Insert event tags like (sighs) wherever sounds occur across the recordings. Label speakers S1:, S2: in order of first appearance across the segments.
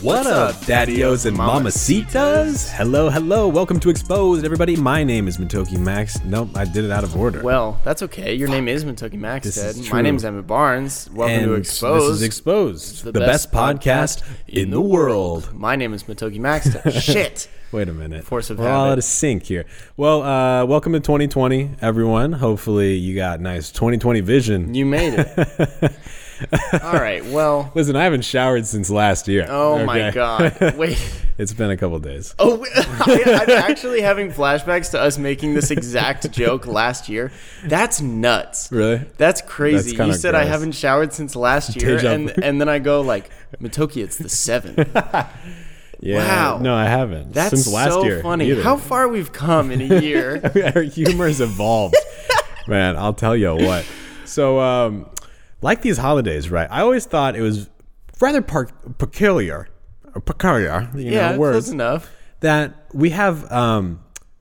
S1: What up, daddios and mamacitas? Hello, hello. Welcome to Exposed, everybody. My name is Matoki Max. Nope, I did it out of order.
S2: Well, that's okay. Your name is Matoki Max,
S1: This
S2: Ted.
S1: is
S2: My
S1: true.
S2: name's Emmett Barnes. Welcome
S1: and
S2: to
S1: This
S2: Exposed.
S1: is Exposed,
S2: the
S1: the, best,
S2: best
S1: podcast in the world.
S2: My name is
S1: (laughs)
S2: Matoki Max. Ted. Shit.
S1: Wait a minute.
S2: Force of
S1: We're all
S2: habit.
S1: out of sync here. Well, uh, welcome to 2020, everyone. Hopefully, you got nice 2020 vision.
S2: You made it.
S1: (laughs)
S2: All right. Well,
S1: Listen, I haven't showered since last year.
S2: oh my
S1: okay? (laughs)
S2: God. Wait.
S1: It's been a couple days.
S2: Oh, wait. (laughs) I, I'm actually having flashbacks to us making
S1: (laughs)
S2: this exact joke last year. That's nuts.
S1: Really?
S2: That's crazy.
S1: kinda
S2: you said I
S1: gross.
S2: haven't showered since last year,
S1: Deja
S2: and,
S1: vu.
S2: and then I go like, Matoki, it's
S1: (laughs)
S2: the seventh.
S1: Yeah.
S2: Wow.
S1: No, I haven't.
S2: That's
S1: since last
S2: so
S1: year.
S2: funny.
S1: either.
S2: How far we've come in
S1: (laughs)
S2: a year.
S1: our humor's evolved man i'll tell you what so um like these holidays right i always thought it was rather par- peculiar or peculiar you
S2: yeah,
S1: know
S2: close
S1: words
S2: enough.
S1: that we have um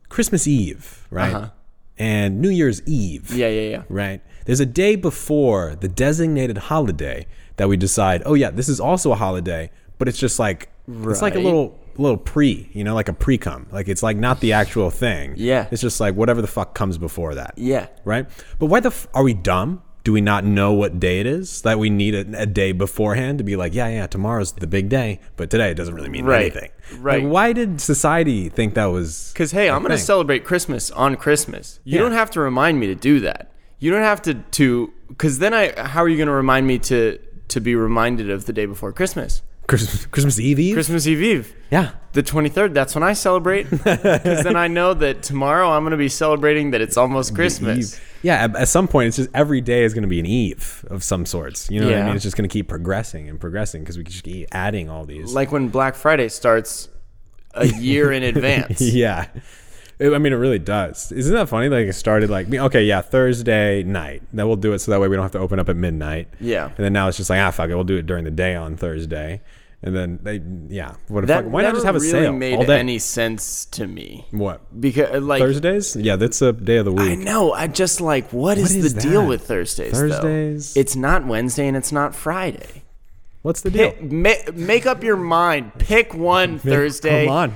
S1: christmas eve right and new year's eve
S2: Yeah, yeah, yeah.
S1: right there's a day before the designated holiday that we decide oh yeah this is also a holiday but it's just like it's like a
S2: Right.
S1: little little pre you know like a pre-cum like it's like not the actual thing
S2: Yeah.
S1: it's just like whatever the fuck comes before that
S2: Yeah.
S1: right but why the f- are we dumb do we not know what day it is that we need a, a day beforehand to be like yeah yeah tomorrow's the big day but today it doesn't really mean
S2: Right.
S1: anything
S2: Right.
S1: like, why did society think that was
S2: Because, hey, I'm going to
S1: thing.
S2: celebrate Christmas on Christmas. You
S1: Yeah.
S2: don't have to remind me to do that. You don't have to, to because then I, how are you going to remind me to, to be reminded of the day before Christmas?
S1: christmas, christmas eve eve
S2: Christmas Eve Eve.
S1: yeah
S2: The 23rd, that's when I
S1: (laughs)
S2: celebrate. Because then I know that tomorrow I'm going to be celebrating that it's almost Christmas.
S1: Eve. Yeah, at, at some point, it's just every day is going to be an eve of some sorts. You know what I
S2: Yeah.
S1: mean? It's just going to keep progressing and progressing because we just keep adding all these.
S2: Like when Black Friday starts a
S1: (laughs)
S2: year in advance.
S1: yeah. It- I mean, it really does. Isn't that funny? Like, it started like, me- okay, yeah, Thursday night. Then we'll do it so that way we don't have to open up at midnight.
S2: Yeah.
S1: And then now it's just like, ah, fuck it. We'll do it during the day on Thursday. And then they, yeah. What the
S2: That
S1: fuck? Why not
S2: never
S1: just have a
S2: really
S1: sale
S2: made
S1: all day?
S2: any sense to me.
S1: what?
S2: Because, like,
S1: Thursdays? Yeah, that's a day of the
S2: I
S1: week.
S2: know. I just like what is,
S1: is
S2: the deal
S1: that?
S2: with Thursdays?
S1: Thursdays?
S2: Though? It's not Wednesday and it's not Friday.
S1: What's the deal?
S2: Ma- make up your mind. Pick one Thursday.
S1: Come on.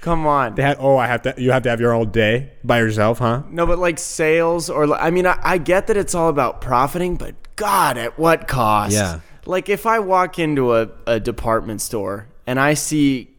S2: Come on.
S1: They had, oh, I have to. You have to have your own day by yourself, huh?
S2: No, but like sales or li- I mean, I, I get that it's all about profiting, but God, at what cost?
S1: Yeah.
S2: Like if I walk into a, a department store and I see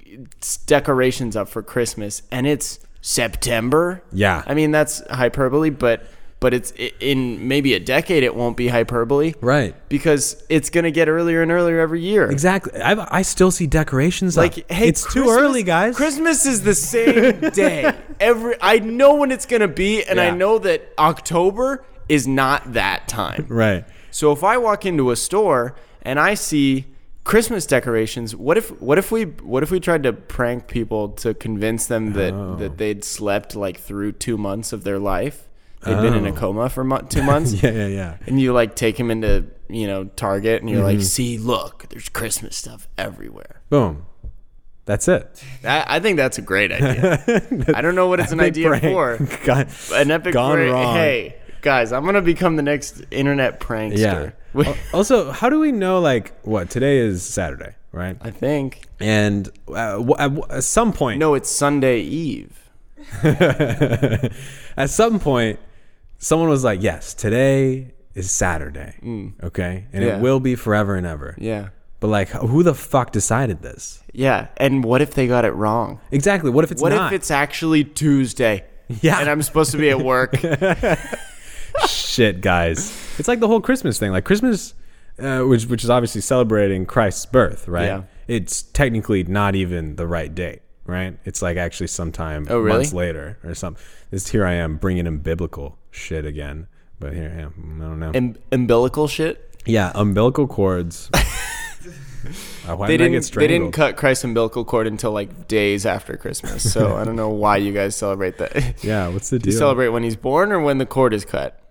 S2: s- decorations up for Christmas and it's September.
S1: Yeah.
S2: I mean, that's hyperbole, but but it's i- in maybe a decade it won't be hyperbole.
S1: Right.
S2: Because it's going to get earlier and earlier every year.
S1: Exactly. I, I still see decorations.
S2: Like,
S1: up.
S2: hey,
S1: it's too
S2: Christmas-
S1: early, guys.
S2: Christmas is
S1: (laughs)
S2: the same day. Every I know when it's gonna be, and
S1: Yeah.
S2: I know that October is not that time.
S1: right.
S2: So if I walk into a store and I see Christmas decorations, what if what if we what if we tried to prank people to convince them that
S1: Oh.
S2: that they'd slept like through two months of their life? They'd been in a coma for mo- two months.
S1: Oh. (laughs) Yeah, yeah, yeah.
S2: And you like take him into you know Target, and you're like,
S1: Mm-hmm.
S2: see, look, there's Christmas stuff everywhere.
S1: Boom. That's it.
S2: I, I think that's a great idea.
S1: (laughs)
S2: I don't know what it's an idea
S1: Big
S2: for.
S1: prank. (laughs) Gone,
S2: An epic
S1: gone
S2: prank.
S1: wrong.
S2: Hey, guys, I'm gonna become the next internet
S1: Yeah.
S2: prankster.
S1: Al- also, how do we know? Like, what today is Saturday, right?
S2: (laughs) I think.
S1: And uh, w- at, w- at some point,
S2: No, it's Sunday Eve.
S1: (laughs) at some point, someone was like, "Yes, today is Saturday." Okay, and
S2: Mm. Yeah.
S1: it will be forever and ever.
S2: Yeah.
S1: But like, who the fuck decided this?
S2: Yeah. And what if they got it wrong?
S1: Exactly. What if it's
S2: What
S1: not?
S2: if it's actually Tuesday?
S1: Yeah.
S2: And I'm supposed to be at
S1: (laughs)
S2: work.
S1: shit, guys. It's like the whole Christmas thing. Like Christmas, uh, which which is obviously celebrating Christ's birth, right?
S2: Yeah.
S1: It's technically not even the right date, right? It's like actually sometime
S2: Oh, really?
S1: months later or something. This here I am bringing in biblical shit again, but here I am. I don't know.
S2: Im- umbilical shit.
S1: yeah, umbilical
S2: (laughs)
S1: cords. Uh, why
S2: They
S1: did I
S2: didn't.
S1: get
S2: They didn't
S1: strangled?
S2: cut Christ's umbilical cord until like days after Christmas. So I
S1: (laughs)
S2: don't know why you guys celebrate that. (laughs) you
S1: yeah, what's the deal?
S2: celebrate when he's born or when the cord is cut.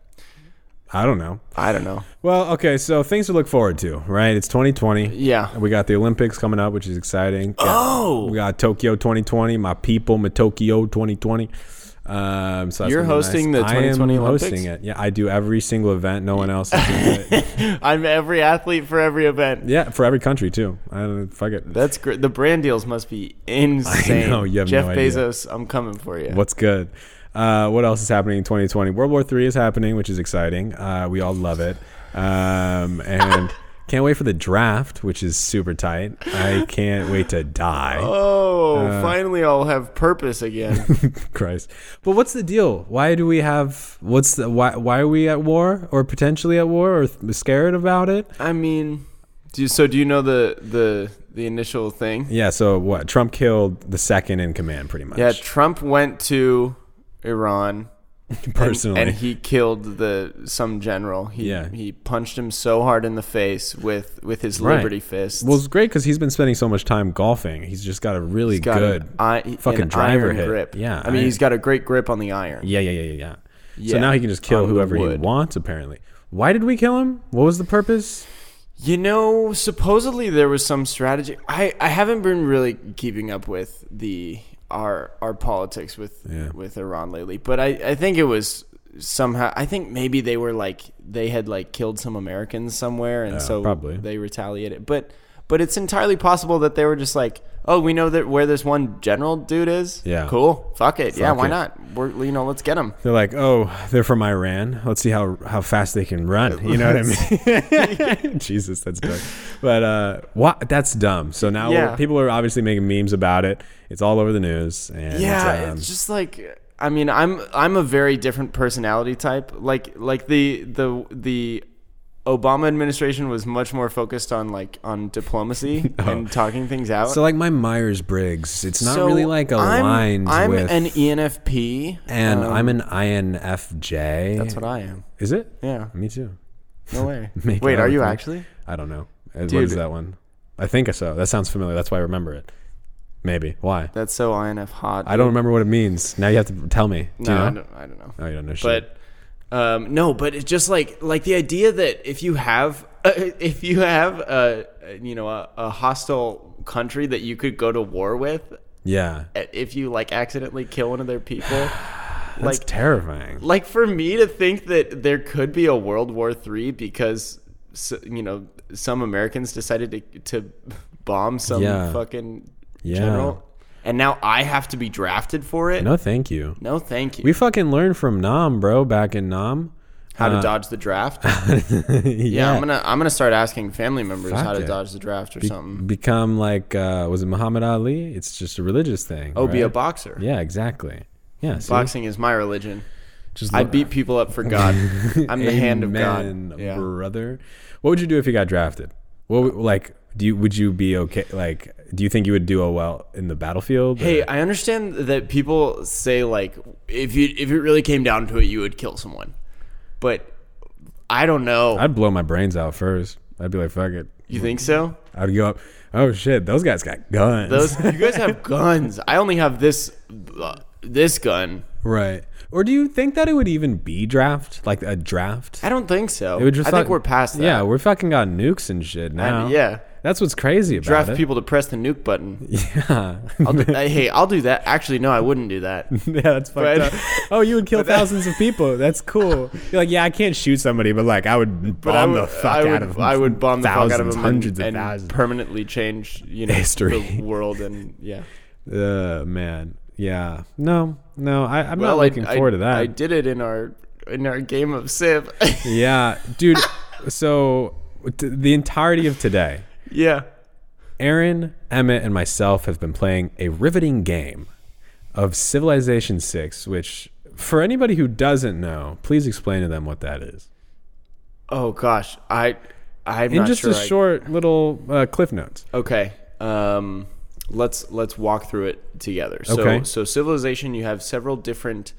S1: I don't know.
S2: I don't know.
S1: Well, okay, so things to look forward to, right? It's 2020.
S2: Yeah.
S1: We got the Olympics coming up, which is exciting. Oh. We got Tokyo 2020, my people, my Tokyo 2020. Um, so that's
S2: You're
S1: gonna be
S2: hosting
S1: nice.
S2: the 2020
S1: I am
S2: Olympics?
S1: hosting it. Yeah, I do every single event. No one else. Is doing
S2: (laughs)
S1: it.
S2: I'm every athlete for every event.
S1: Yeah, for every country too. I don't fuck it.
S2: That's great. The brand deals
S1: (laughs)
S2: must be insane.
S1: know, you have
S2: Jeff
S1: no idea.
S2: Bezos, I'm coming for you.
S1: What's good? Uh, what else is happening in 2020? World War Three is happening, which is exciting. Uh, we all love it, um,
S2: (laughs)
S1: and can't wait for the draft, which is super tight. I can't wait to die,
S2: Oh,
S1: Uh,
S2: finally I'll have
S1: (laughs)
S2: purpose again.
S1: Christ. But what's the deal? Why do we have? What's the why? Why are we at war, or potentially at war, or th- scared about it?
S2: I mean, do you, so do you know the the the initial thing?
S1: Yeah. So what? Trump killed the second in command, pretty much.
S2: Yeah, Trump went to
S1: (laughs)
S2: Iran and-
S1: personally.
S2: and, he killed the some general. He
S1: Yeah.
S2: he punched him so hard in the face with with his
S1: Right.
S2: liberty fist.
S1: well, it's great because he's been spending so much time golfing. He's just got a really
S2: got
S1: good.
S2: an, i-
S1: fucking
S2: an
S1: driver
S2: iron
S1: hit.
S2: grip.
S1: Yeah,
S2: I mean
S1: I-
S2: he's got a great grip on the iron.
S1: Yeah, yeah, yeah, yeah, yeah. So
S2: Yeah,
S1: now he can just kill
S2: on the
S1: whoever he
S2: wood.
S1: wants, apparently. Why did we kill him? What was the purpose?
S2: You know, supposedly there was some strategy. I, I haven't been really keeping up with the our our politics with
S1: Yeah.
S2: with Iran lately, but I, I think it was somehow I think maybe they were like they had like killed some Americans somewhere and so
S1: probably.
S2: they retaliated. But but it's entirely possible that they were just like, "Oh, we know that where this one general dude is.
S1: Yeah.
S2: Cool. Fuck it. yeah,
S1: Fuck
S2: why
S1: it.
S2: not? We're you know, let's get him."
S1: They're like, oh, they're from Iran. Let's see how how fast they can run. You know what I mean? (laughs) Jesus, that's dark. But uh, what? That's dumb. So now
S2: Yeah.
S1: people are obviously making memes about it. It's all over the news. And
S2: yeah
S1: um,
S2: it's just like i mean i'm i'm a very different personality type like like the the the obama administration was much more focused on like on
S1: (laughs)
S2: diplomacy and talking things out
S1: Oh. so like my Myers Briggs, it's not
S2: So
S1: really like aligned
S2: i'm, I'm
S1: with.
S2: an E enfp
S1: and
S2: um,
S1: I'm an INFJ.
S2: that's what i am
S1: Is it?
S2: yeah
S1: Me too.
S2: no
S1: (laughs)
S2: way
S1: Make
S2: wait
S1: it
S2: are you
S1: everything.
S2: actually
S1: I don't know. Uh, What
S2: Dude.
S1: is that one? I think so. That sounds familiar. That's why I remember it. Maybe. Why?
S2: that's so inf hot
S1: I don't remember what it means. Now you have to tell me. Do
S2: no,
S1: you know?
S2: I, don't, I don't know
S1: Oh, you don't know shit.
S2: but um, no but it's just like like the idea that if you have (laughs) if you have a you know a, a hostile country that you could go to war with eh,
S1: yeah.
S2: if you like accidentally kill one of
S1: (sighs)
S2: their people
S1: That's
S2: like
S1: terrifying.
S2: like for me to think that there could be a world war three because s you know some americans decided to to bomb some
S1: Yeah.
S2: fucking
S1: Yeah.
S2: general and now i have to be drafted for it no,
S1: No, thank you.
S2: thank you
S1: We fucking learned from Nam, bro, back in Nam.
S2: how to dodge the
S1: (laughs)
S2: draft
S1: Uh, yeah.
S2: Yeah, I'm gonna I'm gonna start asking family members how
S1: Fuck
S2: to
S1: it.
S2: dodge the draft or something.
S1: Become like, uh, was it Muhammad Ali? It's just a religious thing.
S2: Oh, be a
S1: right?
S2: boxer.
S1: Yeah, exactly. Yeah. See?
S2: Boxing is my religion.
S1: Just
S2: I
S1: look-
S2: beat people up for God.
S1: (laughs)
S2: I'm the hand of
S1: Amen,
S2: God. Yeah.
S1: brother. What would you do if you got drafted? What would, like do you would you be okay? Like do you think you would do a well in the battlefield? or-
S2: Hey, I understand that people say like if you if it really came down to it, you would kill someone, but I don't know.
S1: I'd blow my brains out first. I'd be like, fuck it.
S2: you think so?
S1: I'd go up. Oh shit, those guys got guns.
S2: Those you guys
S1: (laughs)
S2: have guns. I only have this uh, this gun.
S1: right. Or do you think that it would even be draft like a draft?
S2: I don't think so.
S1: It would just
S2: I think
S1: like-
S2: we're past that.
S1: Yeah, we're fucking got nukes and shit now.
S2: yeah.
S1: That's what's crazy about
S2: Draft
S1: it.
S2: people to press the nuke button.
S1: (laughs) Yeah. (laughs)
S2: I'll do, hey, I'll do that. Actually, no, I wouldn't do that.
S1: Yeah, that's fucked
S2: But-
S1: up. Oh, you
S2: (laughs)
S1: would kill thousands of people. That's cool. You're like, yeah, I can't shoot somebody, but like, I would bomb
S2: But I
S1: the
S2: would,
S1: fuck
S2: I
S1: out
S2: would,
S1: of them.
S2: I would bomb the fuck out of
S1: Thousands,
S2: them
S1: hundreds
S2: and,
S1: of thousands.
S2: and permanently change you know
S1: History.
S2: the world and
S1: (laughs)
S2: yeah.
S1: Uh, man, yeah, no, no, I, I'm
S2: Well,
S1: not
S2: I-
S1: looking
S2: I-
S1: forward to that.
S2: I did it in our in our game of Civ. (laughs)
S1: yeah, dude. (laughs) so t- the entirety of today,
S2: yeah.
S1: Aaron, Emmett, and myself have been playing a riveting game of Civilization Six, which. For anybody who doesn't know, please explain to them what that is.
S2: Oh gosh, I I'm
S1: In
S2: not
S1: just
S2: sure.
S1: a
S2: I-
S1: short little uh, cliff notes.
S2: okay. Um, let's let's walk through it together. So
S1: Okay.
S2: so civilization, you have several different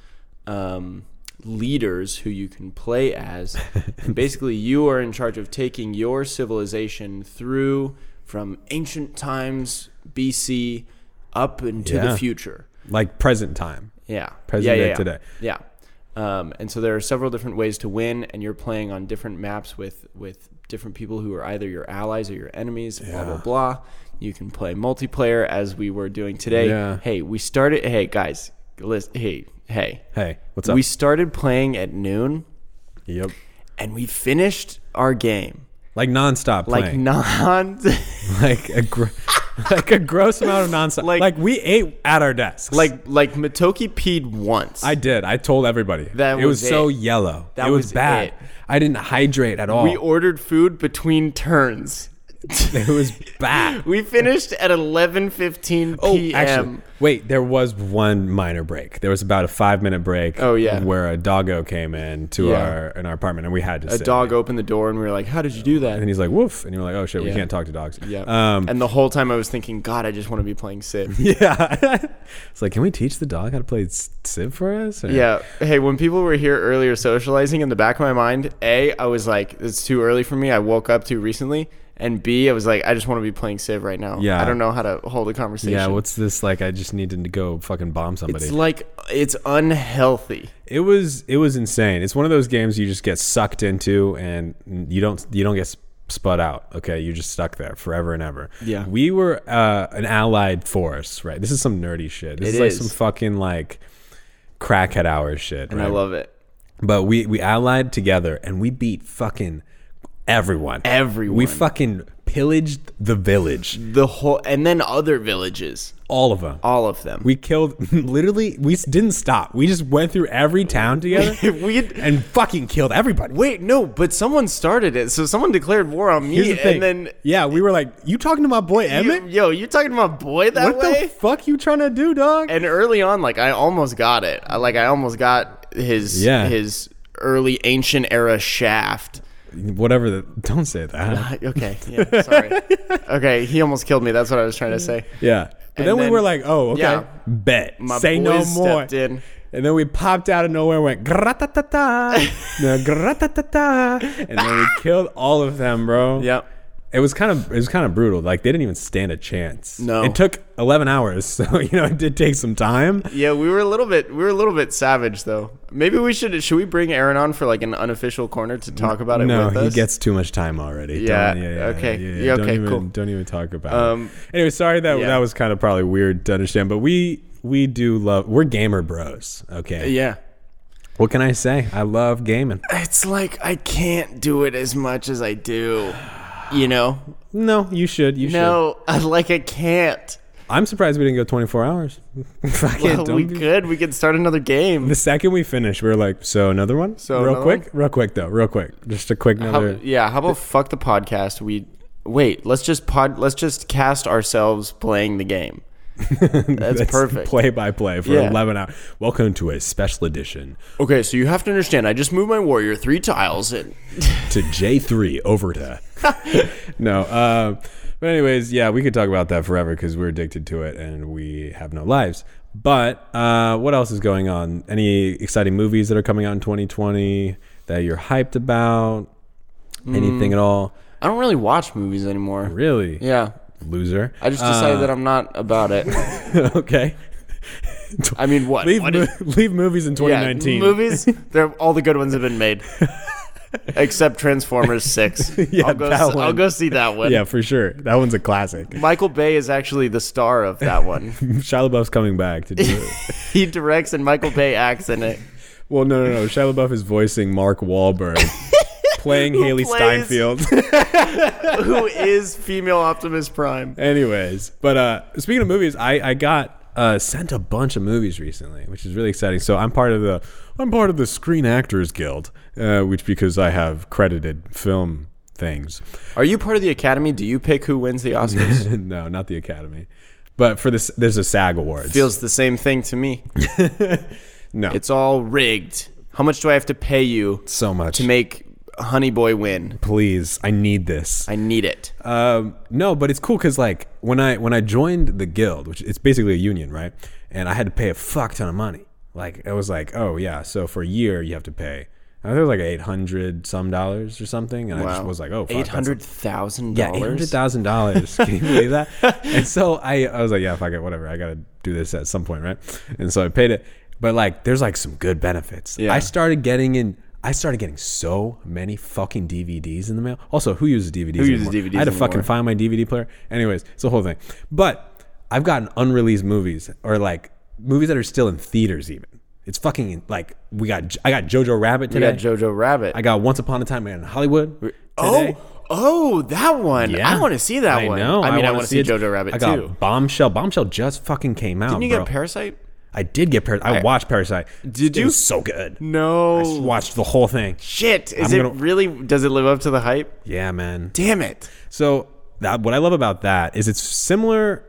S2: um, leaders who you can
S1: (laughs)
S2: play as. and basically, you are in charge of taking your civilization through from ancient times BC up into
S1: Yeah.
S2: the future.
S1: like present time.
S2: Yeah.
S1: Present
S2: yeah,
S1: day
S2: yeah,
S1: today.
S2: Yeah. Um, and so there are several different ways to win, and you're playing on different maps with with different people who are either your allies or your enemies. Blah blah blah. You can play multiplayer as we were doing today.
S1: Yeah.
S2: Hey, we started. Hey guys, listen. Hey, hey,
S1: Hey, what's up?
S2: we started playing at noon
S1: yep.
S2: and we finished our game
S1: Like nonstop
S2: like
S1: playing.
S2: non
S1: (laughs)
S2: (laughs)
S1: like a gr- (laughs) like a gross amount of nonstop. Like,
S2: Like-
S1: we ate at our desks.
S2: like like Matoki peed once.
S1: I did. I told everybody.
S2: That
S1: it was,
S2: was
S1: so
S2: it.
S1: yellow.
S2: That
S1: it was,
S2: was
S1: bad.
S2: it.
S1: I didn't hydrate at all.
S2: we ordered food between turns.
S1: it was
S2: (laughs)
S1: bad.
S2: we finished at 11:15 p.m.
S1: Oh, actually, wait. There was one minor break. There was about a five-minute break.
S2: Oh, yeah.
S1: where a doggo came in to
S2: Yeah.
S1: our in our apartment, and we had to
S2: a
S1: sit.
S2: dog opened the door and we were like, "How did you do
S1: And
S2: that?"
S1: he's like, "Woof," and you're like, "Oh shit, we
S2: Yeah.
S1: can't talk to dogs."
S2: Yeah. (laughs)
S1: Um,
S2: and the whole time I was thinking, "God, I just want to be playing
S1: (laughs)
S2: Civ."
S1: yeah. it's like, can we teach the dog how to play S- Civ for us? Or-
S2: yeah. Hey, when people were here earlier socializing, in the back of my mind, A, I was like, "It's too early for me. I woke up too recently." And B, I was like, "I just want to be playing Civ right now.
S1: Yeah.
S2: I don't know how to hold a conversation."
S1: Yeah, what's this like? I just need to go fucking bomb somebody.
S2: It's like it's unhealthy.
S1: it was it was insane. It's one of those games you just get sucked into and you don't you don't get sput out. Okay, you're just stuck there forever and ever.
S2: Yeah.
S1: we were uh, an allied force, right? This is some nerdy shit. This
S2: It
S1: is like
S2: is.
S1: some fucking like crackhead hour shit.
S2: And
S1: right?
S2: I love it.
S1: But we we allied together and we beat fucking everyone.
S2: Everyone.
S1: We fucking pillaged the village,
S2: the whole and then other villages,
S1: all of them.
S2: all of them.
S1: we killed (laughs) literally. We s- didn't stop. We just went through every town together.
S2: (laughs) we
S1: And fucking killed everybody.
S2: Wait, no, but someone started it. So someone declared war on
S1: Here's
S2: me,
S1: the thing.
S2: and then
S1: yeah, we were like, "You talking to my boy Emmett?
S2: you, yo, you talking about boy that
S1: what
S2: way?
S1: the fuck you trying to do, dog?"
S2: and early on, like I almost got it. I like I almost got his
S1: Yeah.
S2: his early ancient era shaft.
S1: Whatever. The, don't say that.
S2: Okay,
S1: (laughs)
S2: yeah, sorry. okay, he almost killed me. That's what I was trying to say.
S1: Yeah. But
S2: And
S1: then, we
S2: then-
S1: were like, "Oh, okay,
S2: yeah.
S1: bet.
S2: My
S1: say no
S2: boys
S1: more."
S2: stepped in.
S1: And then we popped out of nowhere, and went
S2: (laughs)
S1: gratatata, no, gratatata, and then we killed all of them, bro.
S2: Yep.
S1: It was kind of it was kind of brutal. Like they didn't even stand a chance.
S2: No.
S1: It took eleven hours, (laughs) so you know it did take some time.
S2: Yeah, we were a little bit we were a little bit savage though. Maybe we should should we bring Aaron on for like an unofficial corner to talk about it
S1: No,
S2: with
S1: he
S2: us?
S1: gets too much time already.
S2: Yeah,
S1: Don't-
S2: okay.
S1: Yeah,
S2: Yeah,
S1: don't
S2: okay,
S1: even,
S2: cool.
S1: Don't even talk about
S2: Um,
S1: it. Anyway, sorry that
S2: yeah.
S1: that was kind of probably weird to understand, but we we do love. We're gamer bros. Okay.
S2: yeah.
S1: What can I say? I love gaming.
S2: It's like I can't do it as much as I do. You know?
S1: No, you should. You should.
S2: No, (laughs) I, like I can't.
S1: I'm surprised we didn't go 24 hours. (laughs) Fucking
S2: Well,
S1: don't
S2: (laughs) we
S1: be-
S2: could. We could start another game.
S1: The second we finished, we were like, so another one?
S2: So
S1: real
S2: another
S1: quick? Real quick though. Real quick. Just a quick
S2: How-
S1: another
S2: yeah, how about fuck the podcast? We wait, let's just pod let's just cast ourselves playing
S1: (laughs)
S2: the game. That's perfect.
S1: play by play for
S2: Yeah.
S1: 11 hours. Welcome to a special edition
S2: Okay, so you have to understand I just moved my warrior three tiles and
S1: to J3 over to. (laughs) no. Uh, but, anyways, yeah, we could talk about that forever because we're addicted to it and we have no lives. But uh, what else is going on? Any exciting movies that are coming out in 2020 that you're hyped about? Anything at all?
S2: I don't really watch movies anymore.
S1: Really?
S2: Mm.
S1: Uh.
S2: Yeah.
S1: Loser.
S2: I just decided that I'm not about it.
S1: (laughs) okay.
S2: I mean what?
S1: Leave,
S2: What
S1: mo- (laughs)
S2: is-
S1: leave movies in
S2: Yeah,
S1: 2019. (laughs)
S2: movies, they're, all the good ones have been made, except Transformers Six.
S1: (laughs) Yeah,
S2: I'll go,
S1: that
S2: s- I'll
S1: one.
S2: go see that one.
S1: yeah, for sure. That one's a classic. (laughs)
S2: Michael Bay is actually the star of that one. (laughs)
S1: Shia LaBeouf's coming back to do it.
S2: he directs and Michael Bay acts in it.
S1: well, no, no, no. Shia LaBeouf is voicing Mark
S2: (laughs)
S1: Wahlberg, playing Haley
S2: plays- (laughs)
S1: Steinfeld.
S2: Who is female Optimus Prime?
S1: Anyways, but uh, speaking of movies, I I got uh, sent a bunch of movies recently, which is really exciting. So I'm part of the I'm part of the Screen Actors Guild, uh, which because I have credited film things. (laughs)
S2: Are you part of the Academy? Do you pick who wins the Oscars?
S1: no, not the Academy, but for this there's a SAG Awards.
S2: Feels the same thing to me.
S1: (laughs) no,
S2: It's all rigged. How much do I have to pay you
S1: so much.
S2: to make Honey Boy win?
S1: Please, I need this.
S2: I need it.
S1: Um, no, but it's cool because like when I when I joined the guild, which it's basically a union, right? And I had to pay a fuck ton of money. Like it was like, oh yeah, so for a year you have to pay. I think it was like eight hundred some dollars or something, and I just was like, oh, fuck,
S2: eight
S1: that's-
S2: hundred thousand
S1: yeah, eight hundred thousand dollars. Can you believe
S2: (laughs)
S1: that? and so I, I was like, yeah, fuck it, whatever. I gotta do this at some point, right? And so I paid it. But like, there's like some good benefits.
S2: Yeah.
S1: I started getting in. I started getting so many fucking DVDs in the mail. Also, who uses DVDs? Who
S2: uses DVDs
S1: I had to
S2: anymore?
S1: fucking find my DVD player. Anyways, it's a whole thing. But I've gotten unreleased movies or like movies that are still in theaters, even. It's fucking like we got. I got Jojo Rabbit
S2: We
S1: today.
S2: got Jojo Rabbit.
S1: I got Once Upon a Time in Hollywood.
S2: oh,
S1: today.
S2: oh, that one. I want to see that
S1: I
S2: one.
S1: Know.
S2: I mean, I
S1: wanna
S2: want to see,
S1: it.
S2: Jojo Rabbit
S1: I got
S2: too.
S1: Bombshell. Bombshell just fucking came out.
S2: Didn't you
S1: bro.
S2: get Parasite?
S1: I did get Parasite. I, watched Parasite.
S2: Did
S1: It
S2: you?
S1: was so good.
S2: No.
S1: I just watched the whole thing.
S2: Shit. Is
S1: I'm
S2: it
S1: gonna-
S2: really? Does it live up to the hype?
S1: Yeah, man.
S2: Damn it.
S1: So that what I love about that is it's similar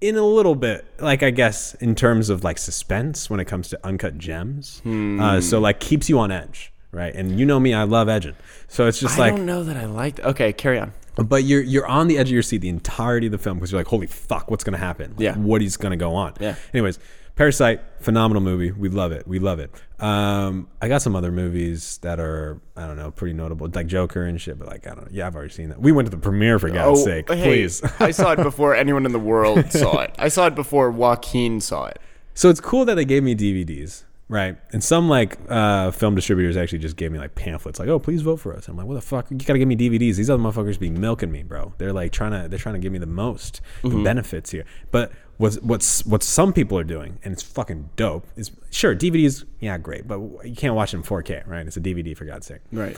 S1: in a little bit, like I guess in terms of like suspense when it comes to uncut gems.
S2: Hmm.
S1: Uh, so like keeps you on edge, right? And you know me, I love edging. So it's just
S2: I
S1: like,
S2: don't know that I liked. Okay, carry on.
S1: but you're you're on the edge of your seat the entirety of the film because you're like, holy fuck, what's gonna happen? Like,
S2: Yeah.
S1: what is gonna go on?
S2: Yeah.
S1: Anyways, Parasite, phenomenal movie. We love it. We love it. Um, I got some other movies that are I don't know pretty notable, like Joker and shit. But like I don't know. Yeah, I've already seen that. We went to the premiere for God's sake.
S2: Oh, hey,
S1: Please.
S2: (laughs)
S1: (laughs)
S2: I saw it before anyone in the world saw it. I saw it before Joaquin saw it.
S1: So it's cool that they gave me DVDs, right? And some like uh, film distributors actually just gave me like pamphlets, like, "Oh, please vote for us." I'm like, "What the fuck? You gotta give me DVDs. These other motherfuckers be milking me, bro. They're like trying to they're trying to give me the most the benefits here." But what's what's what some people are doing, and it's fucking dope. Is sure DVDs, yeah, great, but you can't watch it in 4K, right? It's a DVD for God's sake.
S2: Right.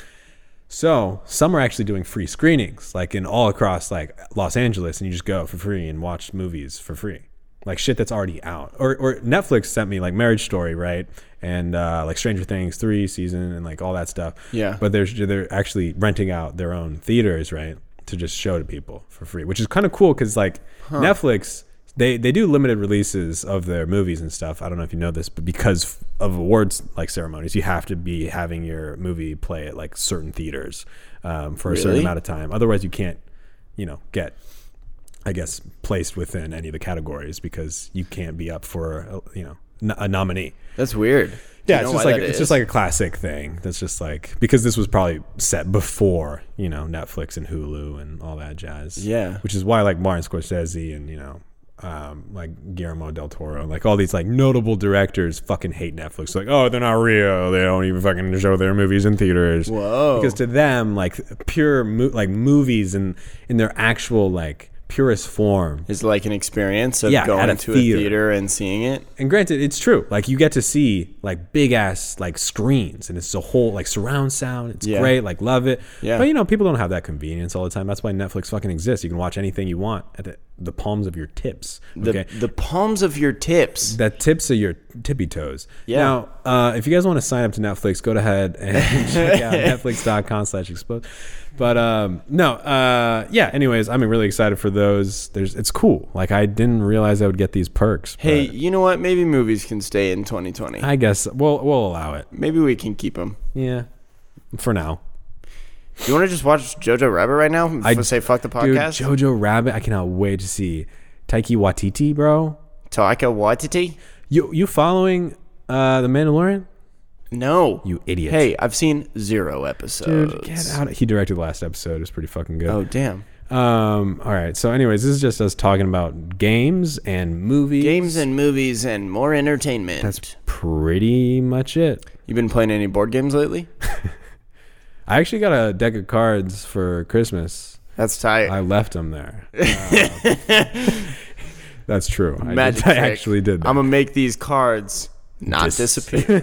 S1: So some are actually doing free screenings, like in all across like Los Angeles, and you just go for free and watch movies for free, like shit that's already out. Or, or Netflix sent me like Marriage Story, right, and uh, like Stranger Things three season and like all that stuff.
S2: Yeah.
S1: But they're they're actually renting out their own theaters, right, to just show to people for free, which is kind of cool because like Netflix. They, they do limited releases of their movies and stuff. I don't know if you know this, but because of awards like ceremonies, you have to be having your movie play at like certain theaters um, for a certain
S2: Really?
S1: amount of time. Otherwise, you can't, you know, get I guess placed within any of the categories because you can't be up for a, you know n- a nominee.
S2: That's weird. Do you
S1: Yeah,
S2: know
S1: it's
S2: why
S1: just like
S2: that
S1: it's
S2: is?
S1: just like a classic thing. That's just like because this was probably set before you know Netflix and Hulu and all that jazz.
S2: Yeah.
S1: which is why like Martin Scorsese and you know um, like Guillermo del Toro, like all these like notable directors, fucking hate Netflix. Like, oh, they're not real. They don't even fucking show their movies in theaters.
S2: Whoa.
S1: Because to them, like pure mo- like movies and in their actual like purest form
S2: is like an experience of
S1: Yeah, at
S2: going
S1: a
S2: to
S1: theater.
S2: a theater and seeing it.
S1: and granted it's true like you get to see like big ass like screens and it's a whole like surround sound it's
S2: Yeah.
S1: great like love it
S2: Yeah.
S1: but you know people don't have that convenience all the time that's why netflix fucking exists you can watch anything you want at the, the palms of your tips
S2: The
S1: okay
S2: the palms of your tips.
S1: that tips of your tippy toes.
S2: Yeah.
S1: Now, uh, if you guys want to sign up to Netflix, go to ahead and (laughs) check
S2: (laughs)
S1: out netflix.com slash explode. But um, no, uh, yeah. Anyways, I'm really excited for those. There's, it's cool. Like I didn't realize I would get these perks. but
S2: Hey, you know what? Maybe movies can stay in 2020.
S1: I guess we'll we'll allow it.
S2: Maybe we can keep them.
S1: Yeah, for now.
S2: You want to just watch Jojo Rabbit right now?
S1: I
S2: I say fuck the podcast.
S1: Dude, Jojo Rabbit. I cannot wait to see Taiki Watiti, bro.
S2: Taika Waititi?
S1: You you following uh, the Mandalorian?
S2: No.
S1: You idiot.
S2: Hey, I've seen zero
S1: Dude,
S2: episodes.
S1: get out! of- He directed the last episode. It was pretty fucking good.
S2: Oh damn.
S1: Um, all right. So, anyways, this is just us talking about games and movies.
S2: Games and movies and more entertainment.
S1: That's pretty much it.
S2: you been playing any board games lately?
S1: I actually got a deck of cards for Christmas.
S2: That's tight.
S1: I left them
S2: (laughs)
S1: there. Uh, (laughs) That's true. (laughs) I,
S2: Magic
S1: did- I
S2: trick.
S1: actually did.
S2: I'm
S1: That.
S2: gonna make these cards not
S1: Dis- (laughs)
S2: disappear.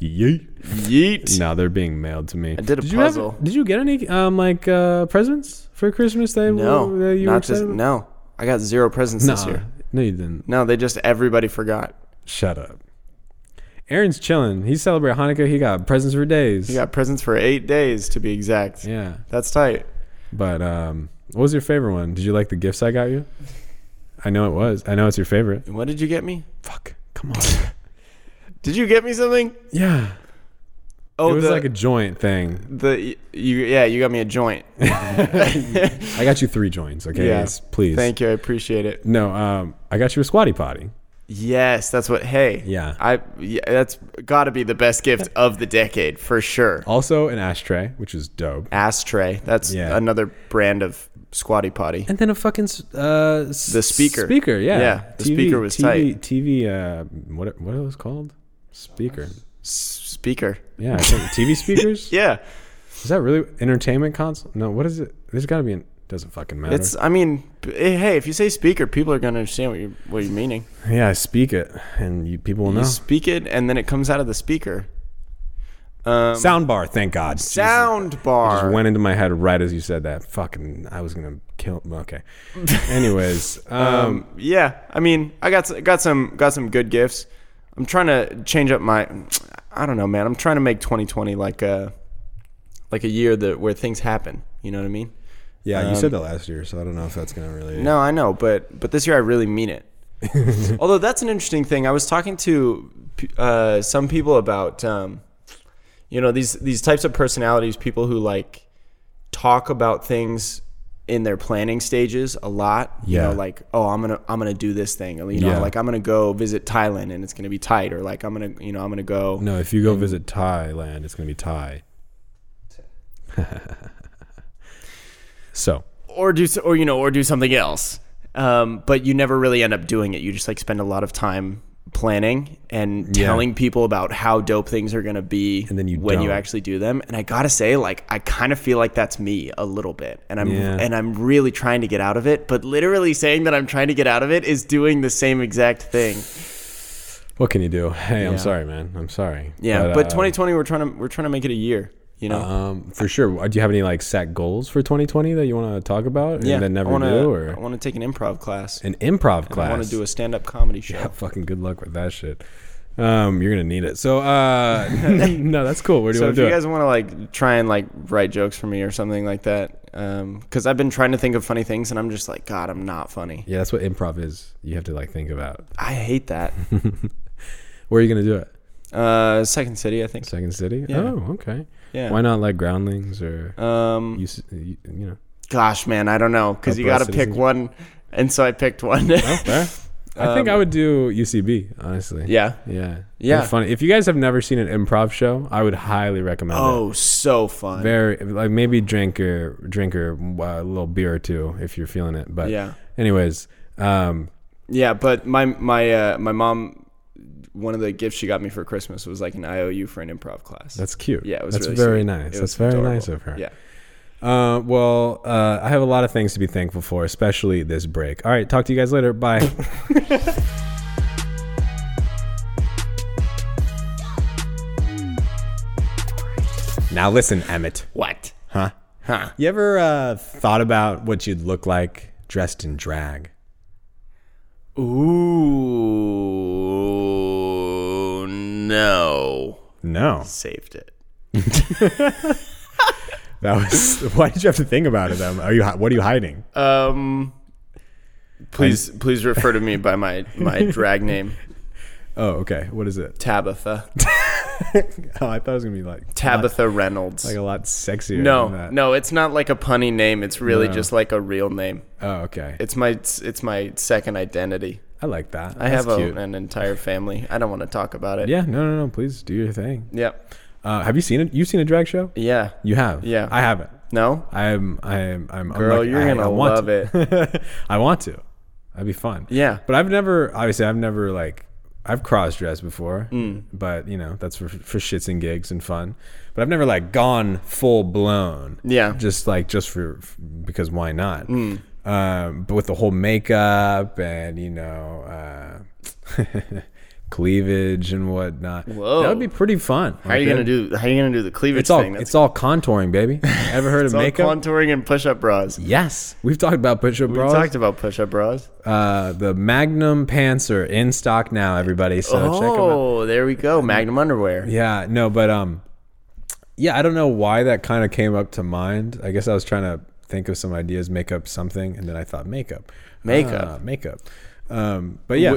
S1: Yeet.
S2: Yeet.
S1: No, they're being mailed to me. I
S2: did a
S1: you have-
S2: puzzle.
S1: did you get any um like uh presents for Christmas that,
S2: No,
S1: that you were
S2: not just
S1: excited about?
S2: no. I got zero presents this
S1: Nah.
S2: year.
S1: No, you didn't.
S2: No, they just everybody forgot.
S1: Shut up. Aaron's chilling. He celebrated Hanukkah. He got presents for days.
S2: You got presents for eight days to be exact.
S1: Yeah.
S2: That's tight.
S1: But um, what was your favorite one? Did you like the gifts I got you? I know it was. I know it's your favorite.
S2: And what did you get me?
S1: Fuck. Come on. (laughs)
S2: Did you get me something?
S1: yeah.
S2: Oh,
S1: it was
S2: the,
S1: like a joint thing.
S2: the you yeah you got me a joint.
S1: I got you three joints. Okay. (laughs)
S2: Yeah. (laughs)
S1: Yes, please.
S2: Thank you, I appreciate it.
S1: No. Um, I got you a squatty potty.
S2: Yes, that's what. Hey,
S1: Yeah.
S2: I yeah, that's got to be the best gift of the decade for sure.
S1: Also an ashtray, which is dope.
S2: Ashtray. That's
S1: Yeah.
S2: another brand of squatty potty.
S1: And then a fucking uh, the
S2: speaker.
S1: Speaker. Yeah.
S2: Yeah, the speaker was
S1: TV, TV. Uh, what what it was called? Speaker.
S2: S- speaker.
S1: Yeah. I think TV speakers.
S2: (laughs) Yeah.
S1: Is that really entertainment console? No. What is it? There's got to be an Doesn't fucking matter.
S2: It's. I mean, p- eh, hey, if you say speaker, people are gonna understand what you're what you're meaning.
S1: yeah, I speak it, and you, people will know.
S2: You speak it, and then it comes out of the speaker. Um,
S1: Sound bar, thank God. Jesus.
S2: sound
S1: It just
S2: bar.
S1: went into my head right as you said that. Fucking, I was gonna kill. Okay. Anyways,
S2: (laughs)
S1: um,
S2: Um, yeah, I mean, I got s- got some got some good gifts. I'm trying to change up my. I don't know, man. I'm trying to make 2020 like a like a year that where things happen. You know what I mean?
S1: yeah, you
S2: um,
S1: said that last year, so I don't know if that's gonna really.
S2: No, I know, but but this year I really
S1: (laughs)
S2: mean it. Although that's an interesting thing. I was talking to p- uh, some people about um, you know these these types of personalities, people who like talk about things in their planning stages a lot.
S1: Yeah.
S2: You know, like oh, I'm gonna I'm gonna do this thing. You know,
S1: Yeah.
S2: like I'm gonna go visit Thailand and it's gonna be tight, or like I'm gonna you know I'm gonna go.
S1: No, if you go visit Thailand, it's gonna be Thai. (laughs) so
S2: or do or you know or do something else um, but you never really end up doing it you just like spend a lot of time planning and
S1: Yeah.
S2: telling people about how dope things are going to be
S1: And then you
S2: when you
S1: don't.
S2: actually do them and i gotta say like i kind of feel like that's me a little bit and i'm
S1: Yeah.
S2: and i'm really trying to get out of it but literally saying that i'm trying to get out of it is doing the same exact thing
S1: what can you do? (laughs) Hey,
S2: Yeah.
S1: I'm sorry, man. I'm sorry.
S2: yeah but,
S1: uh,
S2: 2020 we're trying to we're trying to make it a year you know
S1: Um, for sure. Do you have any like set goals for 2020 that you want to talk about?
S2: yeah
S1: and that never
S2: i want
S1: do,
S2: to
S1: or
S2: i want to take an improv class
S1: an improv
S2: i
S1: class.
S2: want to
S1: (laughs)
S2: do a stand-up comedy show
S1: Yeah, fucking good luck with that shit. Um, you're gonna need it. So,
S2: (laughs)
S1: uh, (laughs) no, that's cool. Where do you
S2: so
S1: want
S2: if
S1: to do
S2: you
S1: it?
S2: guys want to like try and like write jokes for me or something like that because i've been trying to think of funny things and i'm just like god i'm not funny
S1: yeah, that's what improv is. You have to like think about
S2: i hate that
S1: where are you gonna do it.
S2: uh, second city i think
S1: Second City.
S2: Yeah.
S1: Oh, okay.
S2: yeah
S1: Why not like Groundlings or
S2: um,
S1: you? s- uh, You, you know.
S2: gosh man i don't know because you
S1: Upper
S2: gotta pick
S1: Citizens-
S2: one and so i picked one
S1: Oh, fair. I think I would do UCB. Honestly.
S2: (laughs) Um, yeah
S1: Yeah.
S2: Yeah.
S1: They're Funny. If you guys have never seen an improv show, I would highly recommend it.
S2: oh so fun
S1: Very like maybe drink or drink or uh, a little beer or two if you're feeling it. But
S2: yeah
S1: anyways, um,
S2: yeah but my my uh, my mom one of the gifts she got me for christmas was like an iou for an improv class
S1: that's cute.
S2: yeah it was
S1: that's
S2: really
S1: very
S2: sweet.
S1: nice.
S2: It
S1: That's
S2: was
S1: very
S2: adorable.
S1: nice of her.
S2: yeah
S1: Uh, well, uh, I have a lot of things to be thankful for, especially this break. All right, talk to you guys later.
S2: (laughs)
S1: Bye. now listen, Emmett.
S2: what
S1: Huh?
S2: huh
S1: You ever uh, thought about what you'd look like dressed in drag?
S2: Ooh, no.
S1: No,
S2: Saved it.
S1: that was. (laughs) Why did you have to think about it? Though? Are you? hi- What are you hiding?
S2: Um, please, please refer to me by my
S1: (laughs)
S2: my drag name,
S1: Oh, okay. What is it? (laughs)
S2: Tabitha.
S1: Oh, I thought it was gonna be like
S2: Tabitha Reynolds.
S1: like a lot sexier. than
S2: no,
S1: that.
S2: no, it's not like a punny name. It's really
S1: No.
S2: just like a real name.
S1: Oh, okay.
S2: It's my it's, it's my second identity.
S1: I like that.
S2: I
S1: That's
S2: have a,
S1: cute.
S2: an entire family. I don't want to talk about it.
S1: Yeah, no, no, no. Please do your thing.
S2: Yep.
S1: Uh, have you seen it? You've seen a drag show?
S2: Yeah.
S1: You have.
S2: Yeah.
S1: I haven't.
S2: No.
S1: I'm. I'm. I'm.
S2: Girl,
S1: unlucky.
S2: you're
S1: I-
S2: gonna
S1: I want
S2: love
S1: to. (laughs) I want to. That'd be fun.
S2: Yeah.
S1: But I've never. Obviously, I've never like. I've cross dressed before,
S2: Mm.
S1: but you know that's for for shits and gigs and fun. But I've never like gone full blown.
S2: Yeah. Hmm.
S1: Just like just for f- because why not? Um, but with the whole makeup and you know. Uh, (laughs) Cleavage and whatnot.
S2: Whoa.
S1: That would be pretty fun.
S2: How are you gonna do? How are you gonna do the cleavage
S1: It's all
S2: thing?
S1: it's all contouring,
S2: (laughs)
S1: baby. Ever heard of
S2: It's all
S1: makeup?
S2: contouring and push-up bras.
S1: yes, we've talked about push-up
S2: We
S1: bras.
S2: talked about push-up bras.
S1: uh, the Magnum pants are in stock now, everybody. So check 'em check them out.
S2: oh, there we go. Magnum underwear.
S1: Yeah, no, but um, yeah, I don't know why that kind of came up to mind. I guess I was trying to think of some ideas, make up something, and then I thought makeup,
S2: Makeup.
S1: Ah, makeup. Um, but yeah,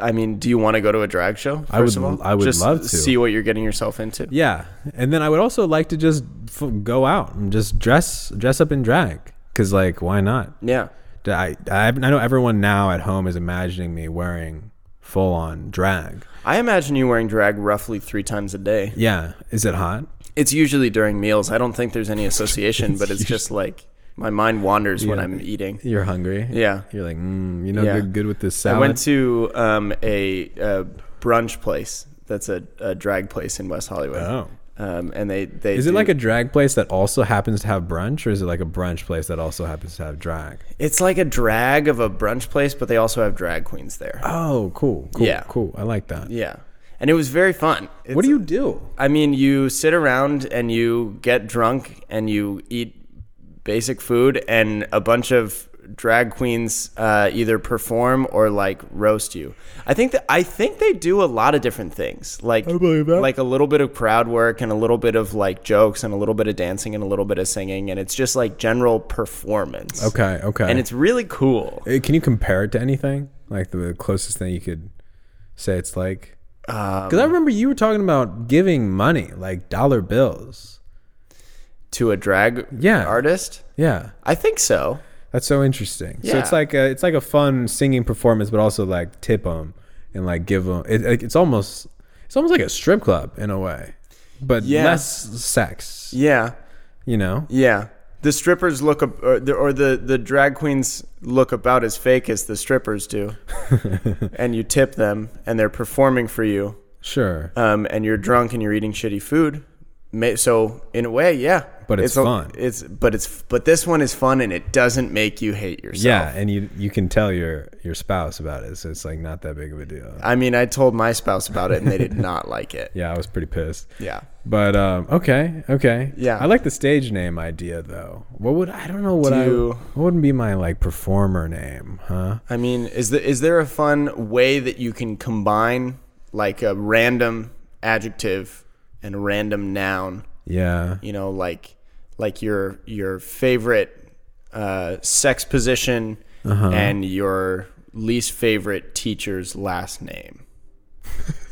S2: I mean, do you want to go to a drag show? First
S1: I would-
S2: Of all?
S1: I would
S2: just
S1: love to.
S2: see what you're getting yourself into.
S1: yeah, and then I would also like to just f- go out and just dress dress up in drag, cause like why not?
S2: Yeah.
S1: I, I I know everyone now at home is imagining me wearing full on drag.
S2: I imagine you wearing drag roughly three times a day.
S1: Yeah, is it hot?
S2: It's usually during meals. I don't think there's any association, but
S1: (laughs)
S2: it's just like my mind wanders when I'm eating.
S1: You're hungry.
S2: Yeah.
S1: You're like, mm, you know,
S2: Yeah.
S1: good, good with this salad.
S2: I went to um, a, uh brunch place. That's a, a drag place in West Hollywood.
S1: oh,
S2: Um, and they they
S1: Is it
S2: do-
S1: like a drag place that also happens to have brunch, or is it like a brunch place that also happens to have drag?
S2: it's like a drag of a brunch place, but they also have drag queens there.
S1: Oh, cool, cool,
S2: Yeah.
S1: cool. I like that.
S2: Yeah, and it was very fun.
S1: What
S2: It's-
S1: do you do?
S2: I mean, you sit around and you get drunk and you eat basic food, and a bunch of drag queens uh, either perform or like roast you. I think that I think they do a lot of different things, like
S1: believe that.
S2: like a little bit of crowd work and a little bit of like jokes and a little bit of dancing and a little bit of singing, and it's just like general performance.
S1: Okay, okay.
S2: and it's really cool.
S1: Uh, Can you compare it to anything? Like the closest thing you could say it's like?
S2: Um,
S1: Because I remember you were talking about giving money, like dollar bills.
S2: to a drag
S1: Yeah.
S2: artist,
S1: Yeah,
S2: I think so.
S1: that's so interesting. So it's
S2: Yeah.
S1: like a, it's like a fun singing performance, but also like tip them and like give them. It, like, it's almost it's almost like a strip club in a way, but
S2: Yeah.
S1: less sex.
S2: Yeah,
S1: You know?
S2: Yeah. The strippers look ab- or the, or the the drag queens look about as fake as the
S1: (laughs)
S2: strippers do. and you tip them and they're performing for you.
S1: Sure.
S2: Um, and you're drunk and you're eating shitty food. Ma- So in a way, yeah.
S1: But it's
S2: a-
S1: fun.
S2: It's but it's but this one is fun and it doesn't make you hate yourself.
S1: yeah, and you you can tell your your spouse about it, so it's like not that big of a deal.
S2: I mean, I told my spouse about it and they
S1: (laughs)
S2: did not like it.
S1: Yeah, I was pretty pissed.
S2: Yeah.
S1: But um, okay, okay.
S2: Yeah.
S1: I like the stage name idea though. What would I don't know what I
S2: Do-
S1: what would be my like performer name, huh?
S2: I mean, is the, is there a fun way that you can combine like a random adjective and a random noun?
S1: Yeah.
S2: You know, like like your your favorite uh, sex position and your least favorite teacher's last name.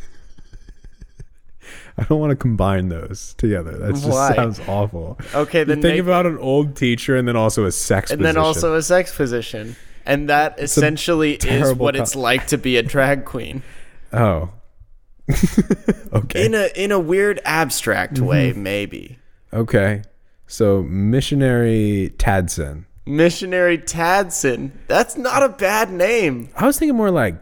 S1: (laughs) I don't want to combine those together. That just
S2: Why?
S1: sounds awful.
S2: Okay,
S1: You
S2: then
S1: think
S2: make-
S1: about an old teacher and then also a sex
S2: And then also a sex position. And that essentially is
S1: terrible
S2: what
S1: co-
S2: it's like to be a drag queen.
S1: Oh. (laughs) okay.
S2: In a in a weird abstract way, maybe.
S1: okay. So missionary Tadson.
S2: Missionary Tadson. That's not a bad name.
S1: I was thinking more like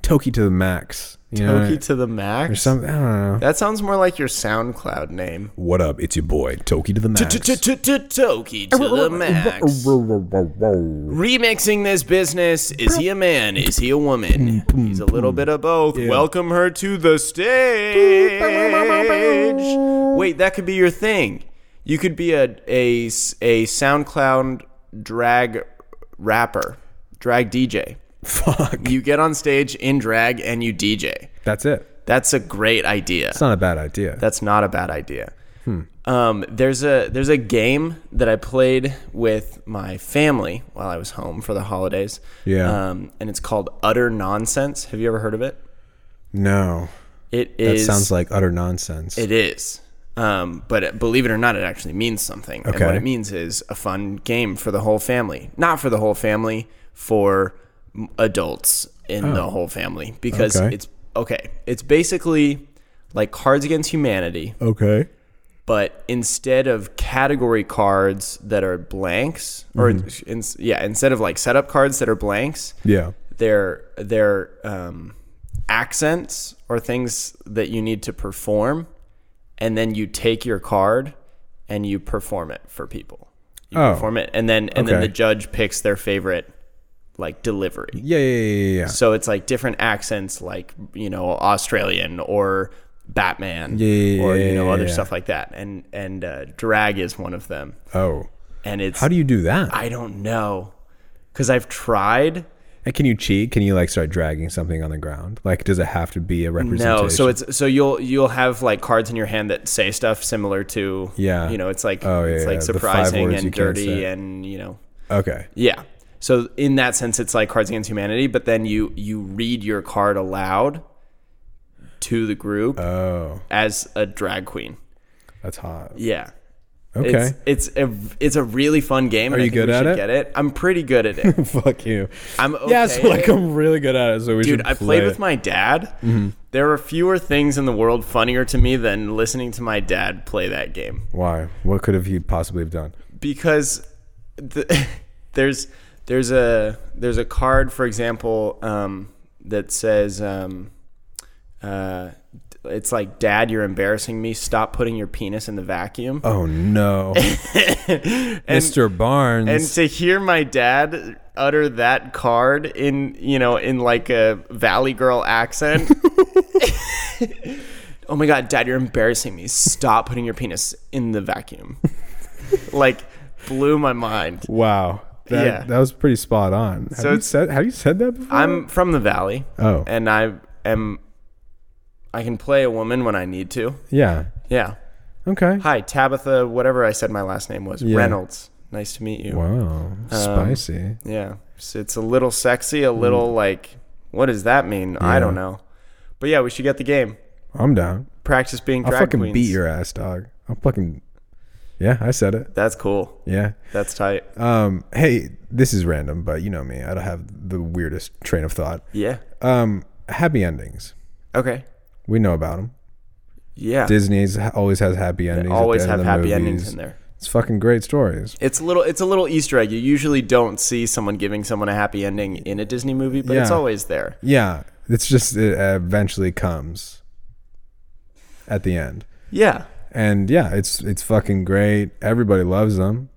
S1: Toki to the max. You know?
S2: Toki to the max.
S1: or something. I don't know.
S2: That sounds more like your SoundCloud name.
S1: What up? It's your boy Toki to the max.
S2: Toki to the max. Remixing this business. Is he a man? Is he a woman? He's a little bit of both. Welcome her to the stage. Wait, that could be your thing. You could be a a s- a SoundCloud drag rapper, drag DJ.
S1: (laughs) Fuck.
S2: You get on stage in drag and you DJ.
S1: That's it.
S2: That's a great idea.
S1: It's not a bad idea.
S2: That's not a bad idea.
S1: Hmm.
S2: Um, there's a there's a game that I played with my family while I was home for the holidays.
S1: Yeah.
S2: Um, and it's called Utter Nonsense. Have you ever heard of it?
S1: no.
S2: It
S1: That
S2: is.
S1: sounds like utter nonsense.
S2: It is. Um, but it- believe it or not, it actually means something. And what
S1: Okay.
S2: it means is a fun game for the whole family. Not for the whole family, for m- adults in the whole family. Because
S1: Oh. Okay.
S2: it's okay. It's basically like Cards Against Humanity.
S1: okay.
S2: but instead of category cards that are blanks or in, yeah instead of like setup cards that are blanks
S1: Yeah.
S2: they're they're um, accents or things that you need to perform and then you take your card and you perform it for people you
S1: Oh.
S2: perform it and then and then
S1: Okay.
S2: the judge picks their favorite like delivery
S1: Yeah. Yeah. Yeah. Yeah.
S2: so it's like different accents, like you know Australian or Batman,
S1: yeah,
S2: or
S1: yeah,
S2: you know
S1: yeah,
S2: other
S1: yeah.
S2: stuff like that. And and uh, drag is one of them.
S1: yeah. Oh.
S2: And it's
S1: How do you do that?
S2: I don't know because I've tried.
S1: and can you cheat? Can you like start dragging something on the ground? Like, does it have to be a representation?
S2: No, so it's so you'll you'll have like cards in your hand that say stuff similar to
S1: Yeah.
S2: you know it's like
S1: Oh, yeah,
S2: it's like
S1: yeah, the five
S2: surprising
S1: words
S2: and
S1: you can't
S2: dirty
S1: say.
S2: and you know
S1: okay.
S2: yeah. So in that sense, it's like Cards Against Humanity, but then you you read your card aloud to the group
S1: Oh,
S2: as a drag queen.
S1: that's hot.
S2: Yeah.
S1: Okay.
S2: It's it's a it's a really fun game. Are
S1: you good at it?
S2: Get it? I'm pretty good
S1: (laughs)
S2: at
S1: (laughs)
S2: it.
S1: Fuck you.
S2: I'm okay.
S1: yeah. So like, I'm really good at it. So we
S2: dude,
S1: should
S2: I played
S1: play Mm-hmm.
S2: with
S1: it.
S2: my dad. There are fewer things in the world funnier to me than listening to my dad play that game
S1: Why? What could have he possibly have done?
S2: because the, (laughs) there's there's a there's a card, for example, um, that says um, uh, it's like, Dad, you're embarrassing me. Stop putting your penis in the vacuum.
S1: Oh no,
S2: (laughs) And-
S1: Mr. Barnes.
S2: and to hear my dad utter that card in you know in like a valley girl accent oh my god dad you're embarrassing me stop putting your penis in the vacuum like blew my mind
S1: wow, that,
S2: Yeah.
S1: that was pretty spot on. Have
S2: So
S1: you
S2: it's-
S1: said have you said that before?
S2: i'm from the valley
S1: oh
S2: and i am i can play a woman when i need to
S1: yeah,
S2: yeah
S1: okay.
S2: hi tabitha whatever i said my last name was
S1: Yeah.
S2: reynolds nice to meet you
S1: Wow,
S2: Um,
S1: spicy.
S2: Yeah. It's, it's a little sexy, a
S1: Hmm.
S2: little like, what does that mean? I don't know. But yeah, we should get the game.
S1: I'm down.
S2: Practice being
S1: I'll
S2: drag
S1: fucking
S2: queens.
S1: beat your ass, dog. I'll fucking. Yeah, I said it.
S2: That's cool.
S1: Yeah.
S2: That's tight.
S1: Um. Hey, this is random, but you know me. I don't have the weirdest train of thought.
S2: Yeah.
S1: Um. Happy endings.
S2: Okay.
S1: We know about them.
S2: Yeah.
S1: Disney's ha- always has happy endings. at the
S2: Always
S1: end
S2: have
S1: of the
S2: happy
S1: movies.
S2: endings in there.
S1: It's fucking great stories.
S2: It's a little it's a little Easter egg. You usually don't see someone giving someone a happy ending in a Disney movie, but it's
S1: Yeah.
S2: always there.
S1: Yeah, it's just it eventually comes at the end,
S2: Yeah.
S1: and yeah, it's it's fucking great. Everybody loves them.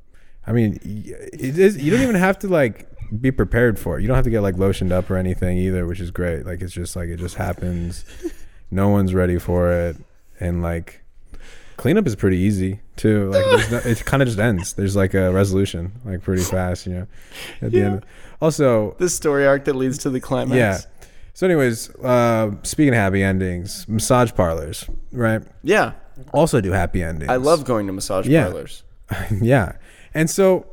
S1: I mean, y- it is. You don't even have to like be prepared for it. You don't have to get like lotioned up or anything either, which is great. Like it's just like it just happens. No one's ready for it, and like cleanup is pretty easy too. Like there's no, it kind of just ends. There's like a resolution, like pretty fast, you know. At the end. Also,
S2: This story arc that leads to the climax.
S1: yeah. So, anyways, uh, speaking of happy endings, massage parlors, right?
S2: Yeah.
S1: Also do happy endings.
S2: I love going to massage
S1: Yeah.
S2: parlors.
S1: (laughs) yeah. And so,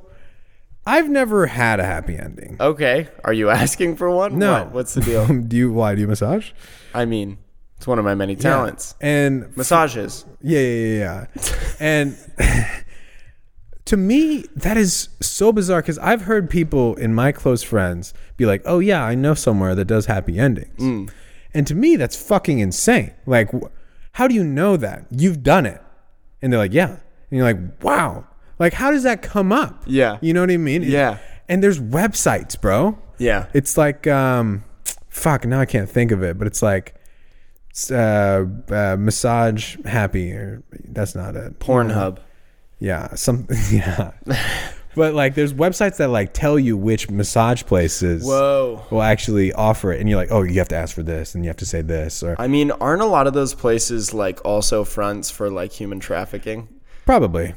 S1: I've never had a happy ending.
S2: Okay. Are you (laughs) asking for one?
S1: No.
S2: What? What's the
S1: (laughs)
S2: deal?
S1: do you? Why do you massage?
S2: I mean, it's one of my many talents.
S1: And
S2: Massages.
S1: yeah, yeah, yeah, yeah. and (laughs) to me, that is so bizarre because I've heard people in my close friends be like, "Oh yeah, I know somewhere that does happy endings,"
S2: Mm.
S1: and to me, that's fucking insane. Like, wh- how do you know that you've done it? And they're like, "Yeah," and you're like, "Wow." Like, how does that come up?
S2: Yeah.
S1: You know what I mean? It-
S2: Yeah.
S1: And there's websites, bro.
S2: Yeah.
S1: It's like, um, fuck, now I can't think of it, but it's like, s- uh, uh, massage happy or that's not it.
S2: Pornhub.
S1: Yeah, some (laughs) yeah. but like, there's websites that like tell you which massage places
S2: Whoa.
S1: will actually offer it, and you're like, oh, you have to ask for this, and you have to say this, or
S2: I mean, aren't a lot of those places like also fronts for like human trafficking?
S1: probably,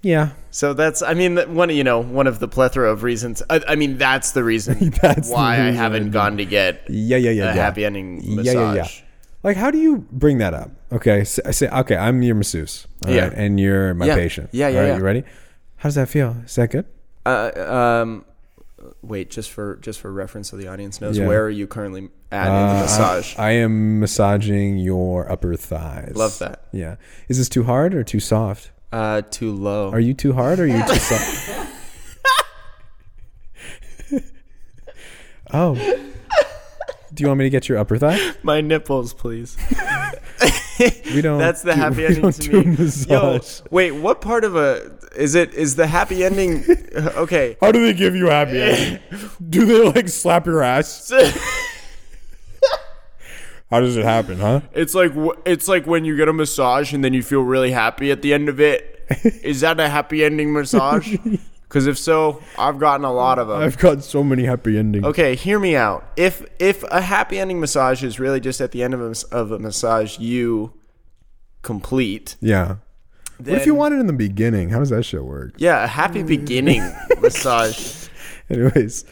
S1: yeah.
S2: So that's, I mean, that one, you know, one of the plethora of reasons. I, I mean, that's the reason
S1: (laughs) That's the
S2: why I
S1: reason.
S2: haven't gone to get
S1: Yeah, yeah, yeah.
S2: a
S1: yeah.
S2: happy ending massage.
S1: Like, how do you bring that up? Okay, s- I say, okay, I'm your masseuse, all
S2: Yeah.
S1: right, and you're my
S2: Yeah.
S1: patient.
S2: Yeah, yeah,
S1: all right,
S2: yeah.
S1: You ready? How does that feel? Is that good?
S2: Uh, um, wait, just for just for reference, so the audience knows,
S1: Yeah. Uh,
S2: where are you currently at in the massage?
S1: I am massaging your upper thighs.
S2: Love that.
S1: Yeah. Is this too hard or too soft?
S2: Uh, too low.
S1: Are you too hard or are you too soft?
S2: (laughs)
S1: (laughs) oh. Do you want me to get your upper thigh?
S2: My nipples, please.
S1: We don't.
S2: That's the
S1: do-
S2: happy
S1: (laughs) we
S2: ending
S1: don't
S2: to
S1: do
S2: me. Yo,
S1: massage.
S2: wait, what part of a is it? Is the happy ending?
S1: (laughs)
S2: okay.
S1: How do they give you happy ending? (laughs) do they like slap your ass? How does it happen, huh?
S2: It's like wh- it's like when you get a massage and then you feel really happy at the end of
S1: (laughs)
S2: it. Is that a happy ending massage? Because if so, I've gotten a lot of them.
S1: I've got so many happy endings.
S2: Okay, hear me out. If if a happy ending massage is really just at the end of a, mas- of a massage, you complete.
S1: Yeah. what if
S2: then-
S1: you want it in the beginning? How does that shit work? (laughs)
S2: Yeah, a happy
S1: Mm.
S2: beginning massage.
S1: Anyways,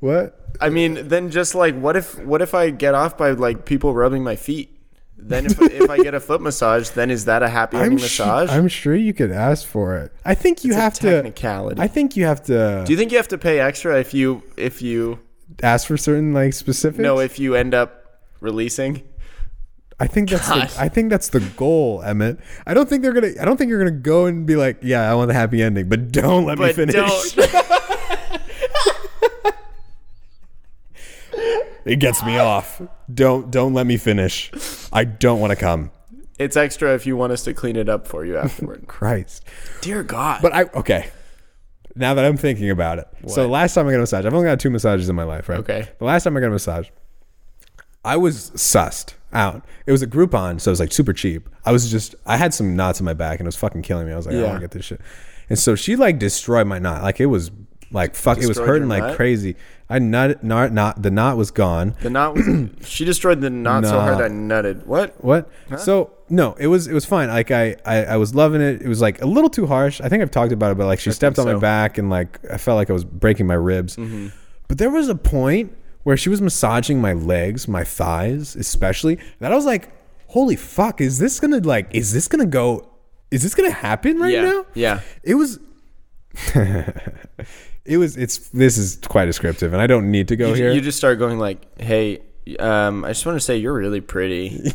S1: what?
S2: I mean, then just like what if what if I get off by like people rubbing my feet? Then if, if I get a foot massage, then is that a happy ending
S1: su-
S2: massage?
S1: I'm sure you could ask for it. I think you
S2: It's a
S1: have to.
S2: technicality.
S1: I think you have to
S2: Do you think you have to pay extra if you if you
S1: ask for certain like specifics.
S2: no if you end up releasing? (laughs)
S1: I think that's.
S2: God.
S1: The, I think that's the goal, Emmett. I don't think they're gonna. I don't think you're gonna go and be like, yeah, I want the happy ending, but don't let me
S2: But
S1: finish. (laughs)
S2: don't.
S1: It gets me off. Don't don't let me finish. I don't want to come.
S2: (laughs) It's extra if you want us to clean it up for you afterward.
S1: Christ.
S2: (laughs) Dear God.
S1: But I okay. Now that I'm thinking about it, so last time I got a massage, I've only got two massages in my life, right?
S2: Okay.
S1: The last time I got a massage, I was sussed. out. It was a Groupon, so it was like super cheap. I was just I had some knots in my back and it was fucking killing me. I was like, I
S2: Yeah.
S1: want to get this shit. And so she like destroyed my knot. Like it was like fuck it was
S2: Destroyed
S1: hurting
S2: your
S1: like
S2: knot?
S1: crazy. I nut not not the knot was gone.
S2: The knot was. she destroyed the knot so
S1: Nah.
S2: hard I nutted. What?
S1: What? So no, it was it was fine. Like I, I I was loving it. It was like a little too harsh. I think I've talked about it, but like she stepped on my
S2: so. Mm-hmm.
S1: back and like I felt like I was breaking my ribs. But there was a point where she was massaging my legs, my thighs especially, that I was like, holy fuck, is this gonna like is this gonna go is this gonna happen right
S2: Yeah,
S1: now?
S2: yeah.
S1: It was (laughs) it was it's this is quite descriptive and I don't need to go
S2: You,
S1: here.
S2: you just start going like, hey, um, I just want to say you're really pretty.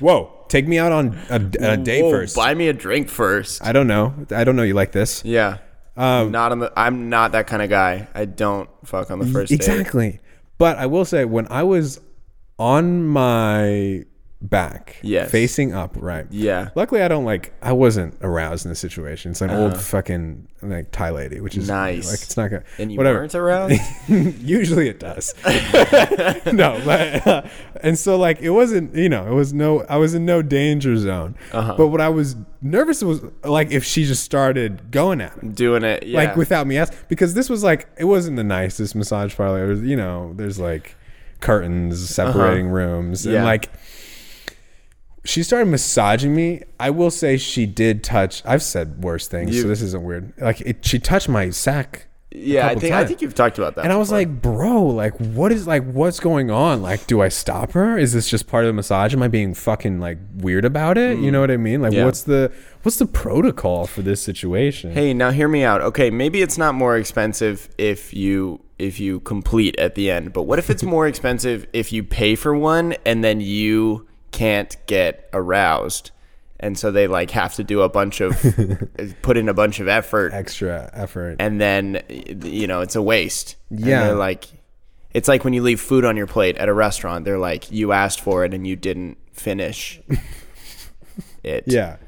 S1: Whoa, take me out on a, a (laughs) date
S2: Whoa,
S1: first.
S2: Buy me a drink first.
S1: I Um, don't know. I don't know you like this.
S2: yeah. not on the. I'm not that kind of guy. I don't fuck on the first date.
S1: Exactly. But I will say, when I was on my back,
S2: Yes.
S1: facing up, right?
S2: Yeah.
S1: Luckily, I don't like. I wasn't aroused in this situation. It's an old fucking like Thai lady, which is
S2: Uh-huh. Nice.
S1: Like it's not gonna.
S2: And you
S1: whatever.
S2: weren't aroused.
S1: (laughs) Usually it
S2: (laughs)
S1: does. no, but uh, and so like it wasn't. You know, it was no. I was in no danger zone.
S2: Uh-huh.
S1: But what I was nervous was like if she just started going at it
S2: Doing it. Yeah.
S1: like without me asking because this was like it wasn't the nicest massage parlor It was, you know there's like curtains separating rooms and
S2: Uh-huh. Yeah.
S1: like she started massaging me i will say she did touch i've said worse things so
S2: You-
S1: this isn't weird like it, she touched my sack a
S2: yeah. I
S1: couple
S2: think. I
S1: times.
S2: think you've talked about that.
S1: and I was like, bro, like, what is like, what's going on? Like, do I stop her? Is this just part of the massage? Am I being fucking like weird about it? You know what I mean? Like,
S2: Mm. Yeah.
S1: what's the what's the protocol for this situation?
S2: Hey, now hear me out. Okay, maybe it's not more expensive if you if you complete at the end, but what if
S1: (laughs)
S2: it's more expensive if you pay for one and then you can't get aroused? And so they like have to do a
S1: (laughs)
S2: bunch of eh, put in a bunch of effort
S1: extra effort.
S2: and then eh, you know, it's a waste. And
S1: Yeah.
S2: they're like it's like when you leave food on your plate at a restaurant, they're like you asked for it and you didn't
S1: (laughs)
S2: finish it.
S1: Yeah.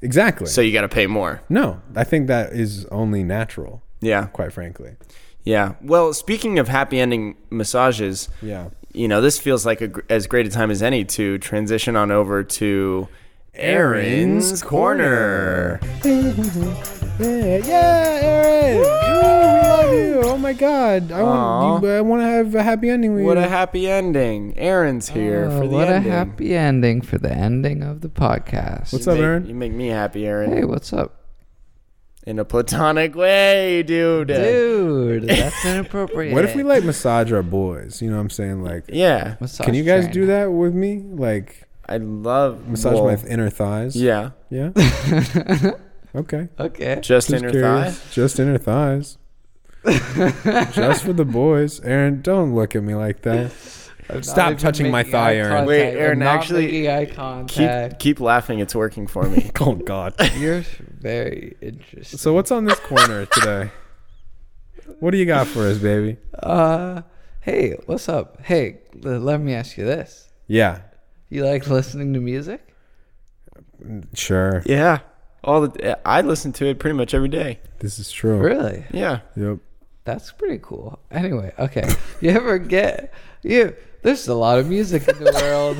S1: Exactly.
S2: So you got to pay more.
S1: no, I think that is only natural,
S2: Yeah.
S1: quite frankly.
S2: Yeah. Well, speaking of happy ending massages,
S1: Yeah.
S2: you know, this feels like a, gr- as great a time as any to transition on over to Aaron's Corner.
S1: Yeah, yeah, Aaron. Woo, we love you. Oh my god. I want you, I want to have a happy ending with
S2: What
S1: you.
S2: a happy ending. Aaron's here
S3: Oh,
S2: for the
S3: what
S2: ending.
S3: a happy ending for the ending of the podcast.
S1: What's
S2: You
S1: up,
S2: make-
S1: Aaron?
S2: You make me happy, Aaron.
S3: hey, what's up,
S2: In a platonic way,
S1: (laughs)
S2: dude.
S3: dude? That's inappropriate.
S1: What if we like massage our boys? You know what I'm saying? Like
S2: Yeah.
S3: Massage
S1: can you guys
S3: train.
S1: do that with me? Like
S2: I love
S1: massage
S2: well,
S1: my th- inner thighs?
S2: Yeah.
S1: Yeah.
S2: (laughs)
S1: okay.
S3: Okay.
S2: Just,
S1: Just
S2: inner
S1: curious.
S2: thigh.
S1: Just inner
S3: (laughs)
S1: thighs. Just for the boys. Aaron, don't look at me like that.
S3: I'm
S1: Stop
S3: not even
S1: touching my
S3: making
S1: thigh,
S3: eye
S1: Aaron.
S3: contact.
S2: Wait,
S3: I'm
S2: Aaron,
S3: not
S2: actually,
S3: making eye
S2: Keep
S3: contact.
S2: keep laughing. It's working for
S1: (laughs)
S2: me.
S1: Oh god.
S3: You're very interesting.
S1: So what's on this corner today? What do you got for us, baby?
S3: uh, hey, what's up? Hey, l- let me ask you this.
S1: Yeah,
S3: You like listening to music?
S1: sure.
S2: yeah. All the I listen to it pretty much every day.
S1: This is true.
S3: Really?
S2: Yeah.
S1: Yep.
S3: That's pretty cool. Anyway, okay. You ever get you? There's a lot of
S1: (laughs)
S3: music in the world,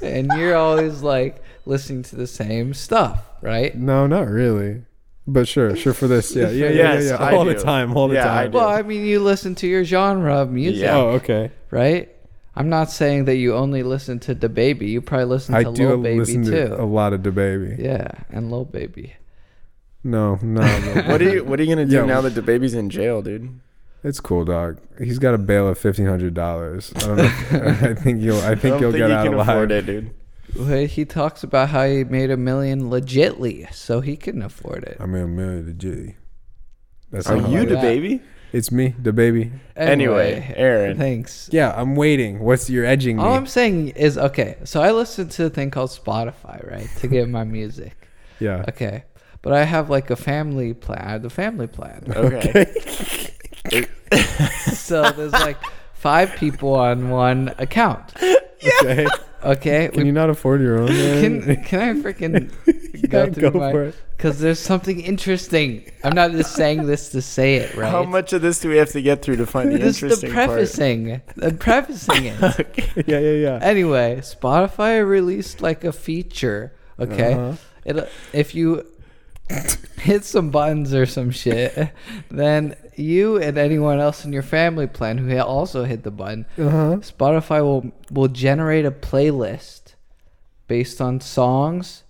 S3: and you're always like listening to the same stuff, right?
S1: No, not really. But sure, sure for this. Yeah, yeah, yeah,
S2: Yes,
S1: yeah.
S2: I
S1: yeah. All the
S2: do.
S1: time, all the
S2: Yeah, I
S1: time.
S2: do.
S3: Well, I mean, you listen to your genre of music,
S2: Yeah.
S1: Oh, okay.
S3: right? I'm not saying that you only listen to the baby. You probably listen
S1: I
S3: to
S1: do
S3: Lil Baby
S1: listen
S3: too.
S1: to a lot of the baby.
S3: yeah, and Lil Baby.
S1: No, no,
S3: (laughs)
S1: no.
S2: What are you What are you
S1: (laughs)
S2: gonna do
S1: Yeah.
S2: now that the baby's in jail, dude?
S1: It's cool, dog. He's got a bail of fifteen hundred dollars. I don't know. if- (laughs) I think you'll. I think
S2: I don't
S1: you'll
S2: think
S1: get
S2: he
S1: out
S2: can afford
S1: alive.
S2: it, dude.
S3: Well, He talks about how he made a million legitly, so he can afford it.
S1: I mean, a million to G. That's
S2: Are
S1: how I
S2: you
S1: like
S2: the
S1: it.
S2: baby?
S1: It's me, the baby.
S2: Anyway, Aaron.
S3: Thanks.
S1: Yeah, I'm waiting. What's you're edging me?
S3: All I'm saying is okay. So I listen to a thing called Spotify, right, to get my music.
S1: (laughs) yeah.
S3: Okay, but I have like a family plan. I have the family plan. (laughs)
S1: (laughs)
S2: Okay.
S3: so there's like five people on one account.
S1: Okay.
S3: Okay,
S1: (laughs) Can you not afford your own? man?
S3: can can I freaking go through
S1: Go for
S3: my
S1: it.
S3: because there's something interesting. I'm not just saying this to say it, right?
S2: How much of this do we have to get through to find the
S3: This is the
S2: interesting part?
S3: prefacing. The prefacing it.
S1: yeah, yeah, yeah.
S3: anyway, Spotify released like a feature. Okay,
S1: Uh-huh.
S3: It'll, if you hit some buttons or some shit, then you and anyone else in your family plan who ha- also hit the button,
S1: Uh-huh.
S3: Spotify will will generate a playlist based on songs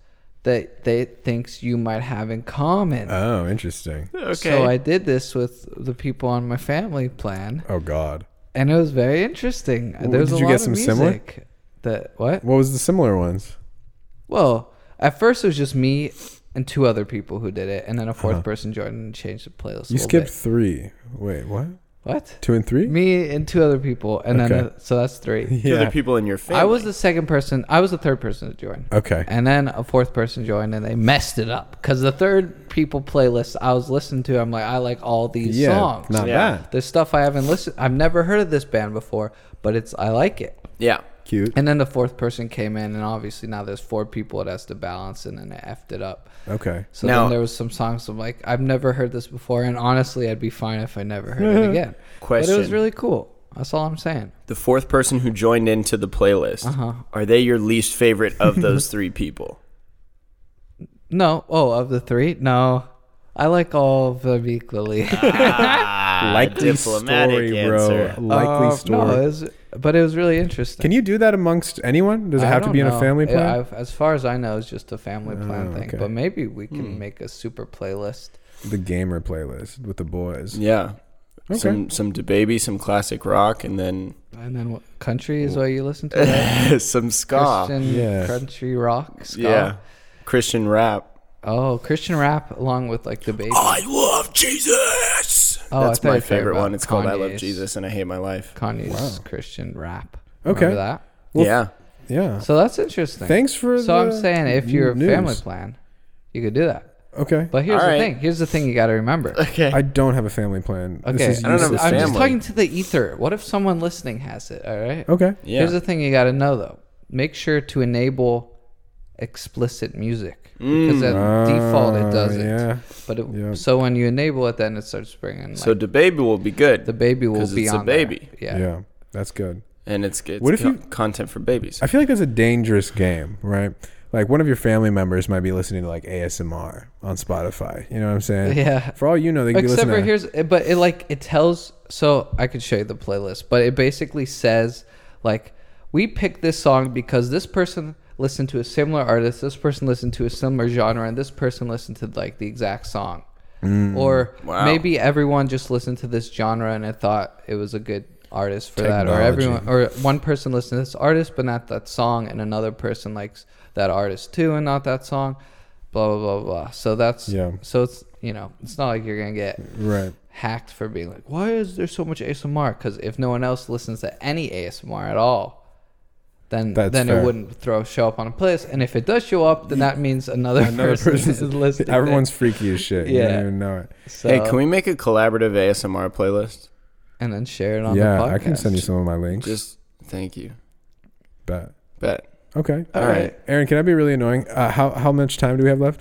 S3: that they thinks you might have in common.
S1: Oh, interesting.
S2: Okay.
S3: So I did this with the people on my family plan,
S1: Oh God.
S3: and it was very interesting. There was
S1: did
S3: a
S1: you
S3: lot
S1: get
S3: of
S1: some similar?
S3: music That what?
S1: What was the similar ones?
S3: Well, at first it was just me and two other people who did it, and then a 4th person joined and changed the playlist.
S1: Uh-huh. You
S3: a little
S1: skipped three. Wait, what?
S3: bit. what?
S1: Two and three?
S3: Me and two other people, and then
S1: Okay.
S3: so that's three.
S2: To
S1: (laughs) Yeah.
S2: the people in your family.
S3: I was the second person. I was the third person to join.
S1: Okay.
S3: And then a fourth person joined, and they messed it up because the third people playlist I was listening to, I'm like, I like all these
S1: yeah.
S3: songs.
S1: Not
S2: Yeah.
S1: bad.
S3: There's stuff I haven't listened. I've never heard of this band before, but it's I like it.
S2: yeah.
S1: Cute.
S3: And then the fourth person came in, and obviously now there's four people it has to balance, and then it effed it up.
S1: Okay.
S3: So
S2: Now-
S3: then there was some songs I'm like, I've never heard this before, and honestly, I'd be fine if I never heard
S1: (laughs)
S3: it again. But it was
S2: Question.
S3: really cool. That's all I'm saying.
S2: The fourth person who joined into the playlist.
S3: Uh-huh.
S2: Are they your least favorite of those three
S1: (laughs)
S2: people?
S3: No, oh, of the three, no, I like all of
S1: (laughs)
S3: them equally.
S1: Likely
S2: Ah, diplomatic
S1: story,
S2: answer. Oh,
S1: bro. Likely
S3: Uh,
S1: story.
S3: No, it was, but it was really interesting.
S1: Can you do that amongst anyone? Does it have to be in a family plan? Oh,
S3: as far as I know, it's just a family plan thing.
S1: okay. Hmm.
S3: But maybe we can make a super playlist.
S1: the gamer playlist with the boys.
S2: Yeah. Some some DeBaby, some classic rock, and then (laughs)
S3: And then what country is what you listen to?
S1: (laughs)
S3: right?
S2: some
S1: Ah,
S2: ska.
S3: Christian
S1: yeah.
S3: country rock. Ska.
S2: Yeah. Christian rap.
S3: Oh, Christian rap along with like the baby.
S2: I love Jesus.
S3: Oh, I
S2: That's
S3: thought
S2: my
S3: you cared
S2: favorite
S3: about
S2: one. It's called I Love
S3: Kanye's-
S2: Jesus and I Hate My Life.
S3: Kanye's Christian rap.
S1: Okay.
S3: Remember that?
S1: Well,
S2: yeah.
S1: Yeah.
S3: So that's interesting.
S1: Thanks for
S3: So I'm
S1: the
S3: saying if you're
S1: news.
S3: a family plan, you could do that.
S1: Okay.
S3: But here's
S2: All right.
S3: the thing. Here's the thing you got to
S2: (laughs)
S3: remember.
S2: Okay.
S1: I don't have a family plan. This
S3: Okay,
S1: is
S2: I don't have a
S1: useless
S3: I'm
S1: to
S3: just
S1: me.
S2: family.
S3: talking to the ether. What if someone listening has it? All right.
S1: Okay.
S2: Yeah.
S3: Here's the thing you got to know though. Make sure to enable explicit music because at default it doesn't.
S1: Mm. Ah, yeah.
S3: But it, so when you enable it, then it starts bringing.
S2: so
S3: Like,
S2: DeBaby will be good.
S3: the baby will
S2: 'cause
S3: be
S2: it's a
S3: on there.
S2: baby.
S1: Yeah.
S3: Yeah.
S1: That's good.
S2: and it's, it's
S1: What if
S2: co-
S1: you-
S2: content for babies.
S1: I feel like that's a dangerous game, right? Like one of your family members might be listening to like ASMR on Spotify. You know what I'm saying?
S3: (laughs) Yeah.
S1: For all you know, they could
S3: Except
S1: be
S3: for
S1: listening.
S3: here's, but it like it tells. So I could show you the playlist, but it basically says like we picked this song because this person listened to a similar artist, this person listened to a similar genre, and this person listened to like the exact song.
S1: Mm.
S3: Or
S2: Wow.
S3: maybe everyone just listened to this genre and it thought it was a good artist for that, or
S1: Technology.
S3: everyone, or one person listened to this artist but not that song, and another person likes that artist too and not that song. Blah blah blah blah. So that's
S1: Yeah.
S3: so it's you know it's not like you're gonna get
S1: Right.
S3: hacked for being like, why is there so much ASMR? Because if no one else listens to any ASMR at all, then
S1: That's
S3: then
S1: fair.
S3: it wouldn't throw show up on a playlist. And if it does show up, then that means another,
S1: (laughs) Another
S3: person
S1: person's
S3: is listening. to it.
S1: Everyone's freaky as shit. You
S3: Yeah.
S1: don't even know it.
S3: so,
S2: hey, can we make a collaborative ASMR playlist?
S3: and then share it on the
S1: Yeah,
S3: podcast.
S1: I can send you some of my links.
S2: Just thank you.
S1: but
S2: Bet.
S1: okay.
S2: All right.
S1: Aaron, can I be really annoying? Uh, how how much time do we have left?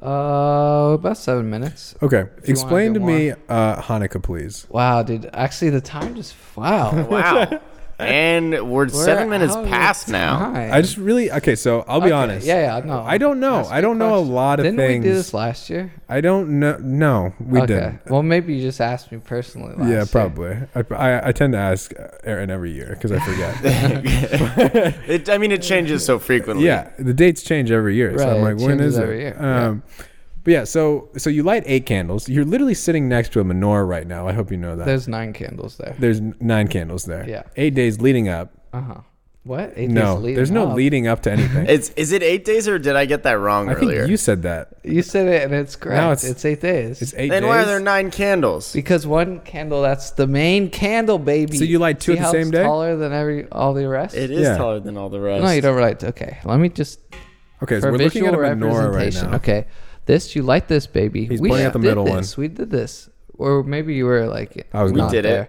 S3: Uh, about seven minutes.
S1: Okay.
S3: do
S1: Explain to
S3: more.
S1: me uh, Hanukkah, please.
S3: Wow, dude. Actually, the time just
S1: (laughs)
S3: wow. (laughs)
S2: Wow. and we're,
S3: We're
S2: seven minutes
S3: out of
S2: past now.
S3: time.
S1: I just really okay. So I'll be
S3: Okay,
S1: honest.
S3: Yeah, yeah. No,
S1: I don't know.
S3: Ask
S1: I
S3: me
S1: don't know a
S3: questions.
S1: lot of
S3: Didn't we do
S1: things.
S3: this last year?
S1: I don't know. No, we didn't.
S3: Well, maybe you just asked me personally. Last
S1: Yeah,
S3: year.
S1: probably. I, I, I tend to ask uh, Aaron every year because I
S3: (laughs)
S1: forget.
S2: It, I mean, it changes so frequently.
S1: yeah, the dates change every year. so
S3: Right,
S1: I'm
S3: it
S1: like, when
S3: changes
S1: is
S3: every
S1: it?
S3: year,
S1: Um, But yeah, so so you light eight candles. You're literally sitting next to a menorah right now. I hope you know that.
S3: There's nine candles there.
S1: There's n- nine candles there.
S3: Yeah.
S1: Eight days leading up.
S3: Uh huh. What? Eight
S1: no,
S3: days leading
S1: there's no
S3: up.
S1: leading up to
S3: (laughs)
S1: anything.
S2: It's, is it eight days or did I get that wrong
S1: I think
S2: earlier?
S1: you said that.
S3: You said it, and it's correct.
S1: No, it's-
S3: it's, eight days.
S1: It's eight
S2: then
S1: days.
S2: why are there nine candles?
S3: because one candle, that's the main candle, baby.
S1: So you light two
S3: See
S1: at the
S3: how
S1: same
S3: it's
S1: day?
S3: Taller than every all the rest.
S2: It is
S1: Yeah.
S2: taller than all the rest.
S3: no, you don't light. Okay, let me just
S1: okay, so
S3: for
S1: we're looking
S3: visual
S1: at a menorah right
S3: representation.
S1: now.
S3: Okay, this you light this baby.
S1: He's pointing at the
S3: did
S1: middle one.
S3: this. We did this, or maybe you were like
S1: I was
S3: not
S1: not.
S2: We did it.
S3: there.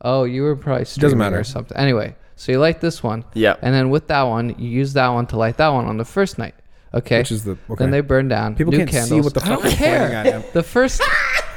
S3: Oh, you were probably streaming
S1: matter.
S3: or something. Anyway, so you light this one.
S2: Yep.
S3: And then with that one, you use that one to light that one on the first night. Okay.
S1: Which is the- okay.
S3: Then they burn down.
S1: People
S3: New
S1: can't
S3: candles.
S1: see what the
S3: I
S1: fuck
S3: don't
S1: we're pointing at.
S3: care.
S1: Em. (laughs)
S3: the first.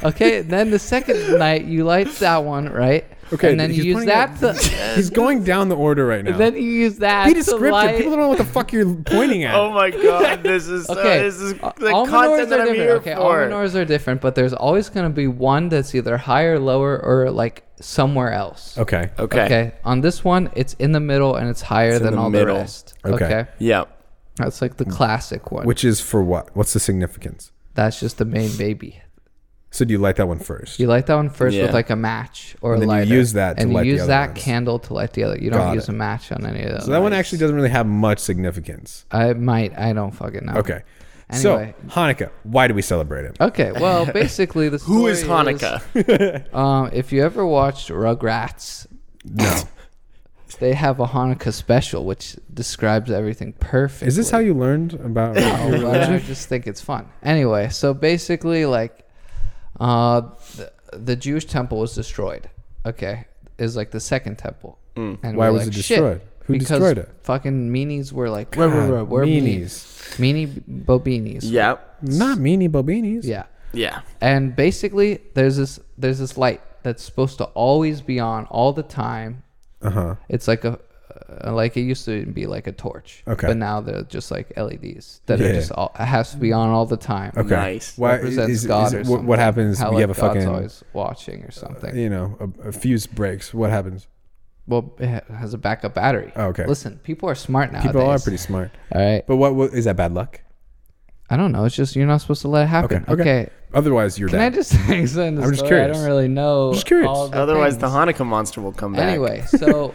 S3: Okay. Then the second night you light that one, right?
S1: Okay,
S3: And then you
S1: he's
S3: use
S1: pointing
S3: that
S1: at- (laughs)
S3: to.
S1: He's going down the order
S3: (laughs)
S1: right now.
S3: Then you use that
S1: Be
S3: to
S1: descriptive.
S3: light.
S1: People don't know what the fuck
S3: (laughs)
S1: you're pointing at.
S2: Oh my god, this is so,
S3: Okay.
S2: this is
S3: uh,
S2: the
S3: all menorahs
S2: content that
S3: are
S2: I'm
S3: different.
S2: here
S3: okay, all
S2: for.
S3: menorahs are different, but there's always going to be one that's either higher, lower, or like somewhere else.
S1: okay.
S2: okay.
S3: Okay, On this one, it's in the middle and it's higher
S2: in
S3: than
S2: the
S3: all
S2: middle.
S3: the rest.
S1: Okay. Mm.
S3: Okay.
S2: Yeah.
S3: That's like the classic one.
S1: Which is for what? What's the significance?
S3: That's just the main baby.
S1: So do you light that one first?
S3: You light that one first
S2: Yeah.
S3: with like a match or
S1: And
S3: a
S1: then you
S3: lighter.
S1: use that to
S3: and
S1: light the
S3: you use
S1: other
S3: that
S1: ones.
S3: candle to light the other. You
S1: Got
S3: don't use
S1: it.
S3: a match on any of those.
S1: so that one actually doesn't really have much significance.
S3: I might. I don't fucking know.
S1: Okay.
S3: Anyway.
S1: So Hanukkah. Why do we celebrate it?
S3: Okay.
S2: (laughs)
S3: Well, basically, the
S2: Who is
S3: story
S2: (laughs) Hanukkah?
S3: um, if you ever watched Rugrats,
S1: No.
S3: (laughs) they have a Hanukkah special which describes everything perfectly.
S1: Is this how you learned
S3: (laughs)
S1: about? (laughs)
S3: Oh, but I just think it's fun. Anyway, so basically, like, uh, the, the Jewish temple was destroyed. Okay, is like the second temple. And
S1: Why
S3: we're
S1: was it
S3: "Shit,"
S1: destroyed? Who
S3: because
S1: destroyed it?
S3: Fucking meanies were like, "Ruh, ruh, ruh, we're meanies, meanie bobinis.
S2: yeah.
S1: Not meanie bobinis.
S3: yeah.
S2: Yeah.
S3: And basically, there's this there's this light that's supposed to always be on all the time.
S1: Uh huh.
S3: It's like a uh, like it used to be like a torch.
S1: Okay.
S3: But now they're just like LEDs that
S1: Yeah.
S3: are just all, it has to be on all the time.
S1: Okay.
S2: Nice.
S1: Why is,
S3: represents
S1: is-
S3: God
S1: is-
S3: or
S1: what-
S3: something.
S1: what happens?
S3: How,
S1: you
S3: like,
S1: have a
S3: God's
S1: fucking Uh,
S3: always watching or something.
S1: you know a, a fuse breaks. What happens?
S3: Well, it ha- has a backup battery.
S1: Oh, okay.
S3: Listen, people are smart nowadays.
S1: People are pretty smart.
S3: All right.
S1: But what, what is that? Bad luck.
S3: I don't know. It's just you're not supposed to let it happen.
S1: Okay,
S3: Okay.
S1: okay. Otherwise, you're
S3: Can I
S1: dead.
S3: just (laughs) explain this?
S1: I'm just
S3: story? I
S1: curious.
S3: don't really know.
S1: Just curious.
S3: all the
S2: Otherwise,
S3: things.
S2: the Hanukkah monster will come back.
S3: Anyway, so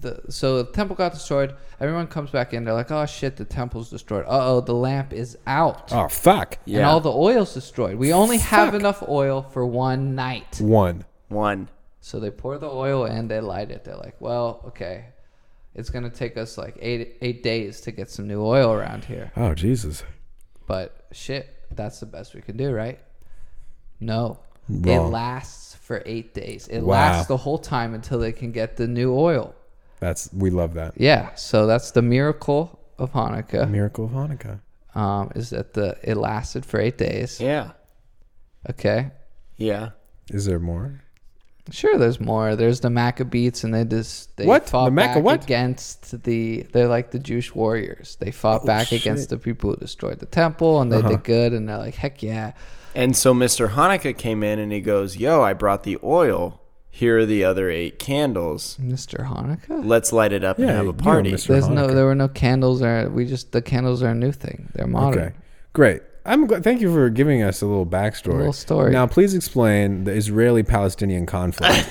S3: the so the temple got destroyed. Everyone comes back in. They're like, "Oh shit, the temple's destroyed. Uh oh, the lamp is out,
S1: oh fuck.
S3: and
S2: yeah.
S3: all the oil's destroyed. We only have enough oil for one night."
S1: One.
S2: One.
S3: So they pour the oil in, they light it. They're like, well, okay, it's gonna take us like eight eight days to get some new oil around here.
S1: Oh Jesus.
S3: But shit, that's the best we can do, right? No, it
S1: Wrong.
S3: lasts for eight days. It
S1: Wow.
S3: lasts the whole time until they can get the new oil.
S1: That's we love that
S3: Yeah, so that's the miracle of Hanukkah.
S1: miracle of Hanukkah.
S3: Um, is that the it lasted for eight days?
S2: Yeah.
S3: Okay,
S2: Yeah.
S1: Is there more?
S3: Sure, there's more. There's the Maccabees, and they just they
S1: What?
S3: fought
S1: The Macca-
S3: back
S1: what?
S3: against the. They're like the Jewish warriors. They
S1: Oh,
S3: fought back against the people who destroyed the temple, and they
S1: Uh-huh.
S3: did good. And they're like, heck yeah,
S2: And so Mr. Hanukkah came in and he goes, Yo, I brought the oil. Here are the other eight candles.
S3: Mr. Hanukkah.
S2: Let's light it up and
S1: Yeah,
S2: have
S1: you
S2: a party.
S1: and Mr.
S3: There's no,
S1: Hanukkah.
S3: there were no candles. Or we just the candles are a new thing. They're modern.
S1: Okay, great. I'm gl- thank you for giving us a little backstory.
S3: little story.
S1: Now, please explain the Israeli-Palestinian
S3: (laughs)
S1: conflict.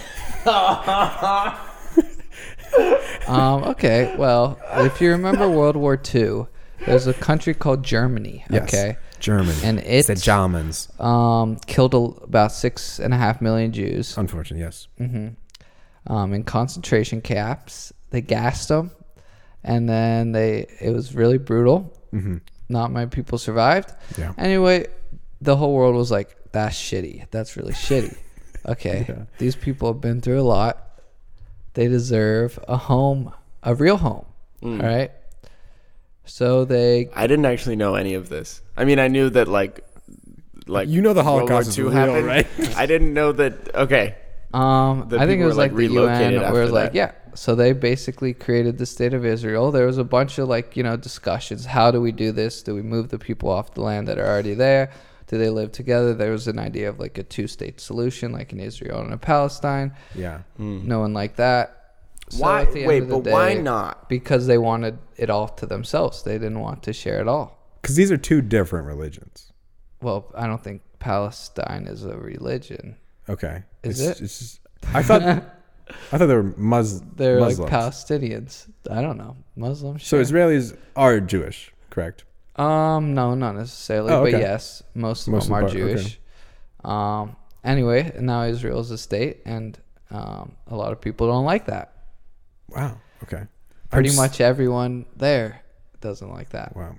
S3: Um, okay, well, if you remember World War II, there's a country called Germany.
S1: Yes.
S3: Okay.
S1: German
S3: And
S1: It's the
S3: it's-
S1: Germans.
S3: Um, killed a, about six and a half million Jews.
S1: Unfortunately, yes.
S3: Mm. um, in concentration camps. They gassed them, and then they it was really brutal. Mm-hmm. Not many people survived.
S1: Yeah.
S3: Anyway, the whole world was like, "That's shitty. That's really shitty." Okay, these people have been through a lot. They deserve a home, a real home. All right. So they
S2: I didn't actually know any of this. I mean, I knew that like, like
S1: You know the
S2: World War
S1: Holocaust is
S2: II
S1: real, right?
S2: (laughs) I didn't know that. Okay,
S3: Um,
S2: The
S3: I think
S2: people
S3: it was
S2: were, like,
S3: like, the UN,
S2: relocated
S3: where it was
S2: after
S3: like,
S2: that.
S3: yeah. So they basically created the state of Israel. There was a bunch of like you know discussions. How do we do this? Do we move the people off the land that are already there? Do they live together? There was an idea of like a two-state solution, like an Israel and a Palestine.
S1: Yeah.
S3: No one liked that. So
S2: Hmm. Why-
S3: at the end
S2: wait,
S3: of the
S2: but why
S3: day-
S2: not?
S3: Because they wanted it all to themselves. They didn't want to share it all.
S1: Because these are two different religions.
S3: Well, I don't think Palestine is a religion.
S1: Okay.
S3: Is
S1: it's,
S3: it?
S1: It's just, I
S3: (laughs)
S1: thought. I thought they were Mus-
S3: They're
S1: Muslims.
S3: like Palestinians. I don't know. Muslims.
S1: so Israelis are Jewish, correct?
S3: Um, no, not necessarily,
S1: Oh,
S3: but
S1: okay.
S3: yes, most of
S1: Most
S3: them
S1: of
S3: are
S1: the part, okay.
S3: Jewish. Um, anyway, now Israel is a state, and um, a lot of people don't like that.
S1: Wow. Okay. I'm
S3: Pretty
S1: just-
S3: much everyone there doesn't like that.
S1: Wow.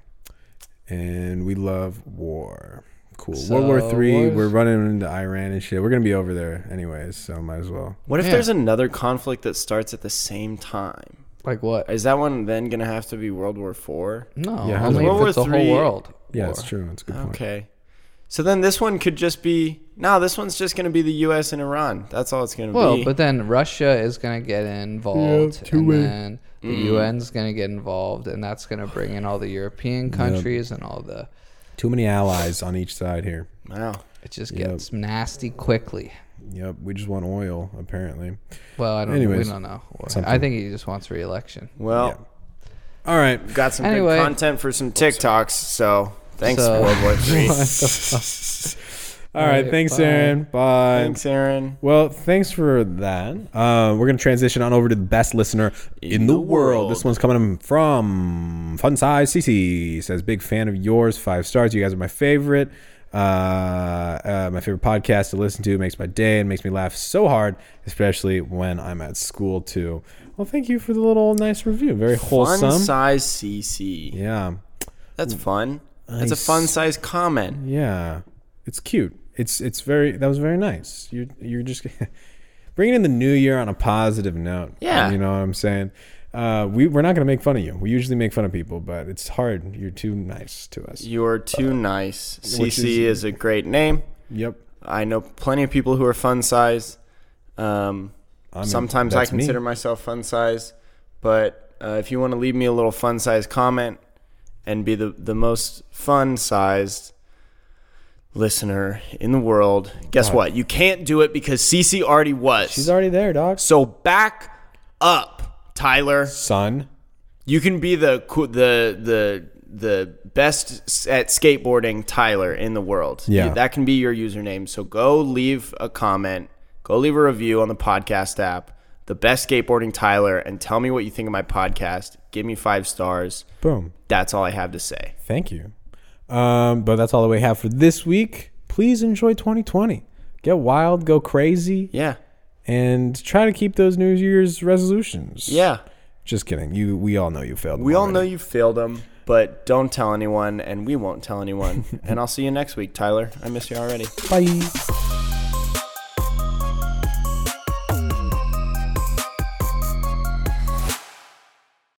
S1: And we love war. Cool. World War
S3: So,
S1: Three.
S3: wars-
S1: We're running into Iran and shit. We're gonna be over there anyways, so might as well.
S2: what if
S3: Yeah.
S2: there's another conflict that starts at the same time?
S3: Like what?
S2: Is that one then gonna have to be World War Four?
S3: No,
S1: Yeah,
S3: only
S1: World
S3: if
S2: War
S3: it's the
S2: Three-
S3: whole world.
S1: Yeah,
S3: war.
S1: it's true. It's a good point.
S2: Okay. So then this one could just be no. This one's just gonna be the U.S. and Iran. That's all it's gonna
S3: Well,
S2: be.
S3: but then Russia is going to get involved, and then the
S2: Mm.
S3: UN's going to get involved, and that's going to bring in all the European countries and all the.
S1: Too many allies on each side here.
S2: wow.
S3: It just
S1: Yep.
S3: gets nasty quickly.
S1: Yep, we just want oil apparently.
S3: Well, I don't.
S1: Anyways,
S3: we don't know. Or- I
S1: something.
S3: think he just wants re-election.
S2: Well,
S1: All right.
S2: got some
S3: Anyway.
S2: good content for some TikToks. So thanks,
S3: So-
S2: World War
S3: (laughs)
S2: Three.
S1: All right,
S3: Alright,
S1: thanks
S3: bye.
S1: Aaron. Bye.
S2: thanks, Aaron.
S1: Well, thanks for that. Uh, we're going to transition on over to the best listener in, the,
S2: the
S1: world.
S2: world.
S1: This one's coming from Fun Size CC. Says, big fan of yours. Five stars. You guys are my favorite. Uh, uh, my favorite podcast to listen to. Makes my day and makes me laugh so hard, especially when I'm at school, too. Well, thank you for the little nice review. Very wholesome.
S2: Fun size CC.
S1: yeah.
S2: That's fun. That's a fun size comment.
S1: Yeah, it's cute. It's it's very that was very nice. You you're just (laughs) bringing in the new year on a positive note.
S2: Yeah.
S1: you know what I'm saying. Uh, we we're not gonna make fun of you. We usually make fun of people, but it's hard. You're too nice to us.
S2: You're too nice.
S1: which
S2: CC is, a great name.
S1: Yep.
S2: I know plenty of people who are fun size. Um,
S1: mean,
S2: sometimes I
S1: that's me.
S2: consider myself fun size, but uh, if you want to leave me a little fun size comment and be the, the most fun sized listener in the world, guess what? You can't do it because CC already was.
S1: She's already there, dog.
S2: so back up, Tyler.
S1: Son.
S2: You can be the coo- the the the best s- at skateboarding Tyler in the world.
S1: Yeah.
S2: You- that can be your username. So go leave a comment, go leave a review on the podcast app. The best skateboarding Tyler, and tell me what you think of my podcast. Give me five stars.
S1: Boom.
S2: That's all I have to say.
S1: Thank you. Um, but that's all that we have for this week. Please enjoy 2020. Get wild, go crazy,
S2: Yeah,
S1: and try to keep those New Year's resolutions.
S2: yeah.
S1: Just kidding. You. We all know you failed.
S2: We all know you failed them, but don't tell anyone, and we won't tell anyone. and I'll see you next week, Tyler. I miss you already.
S1: Bye.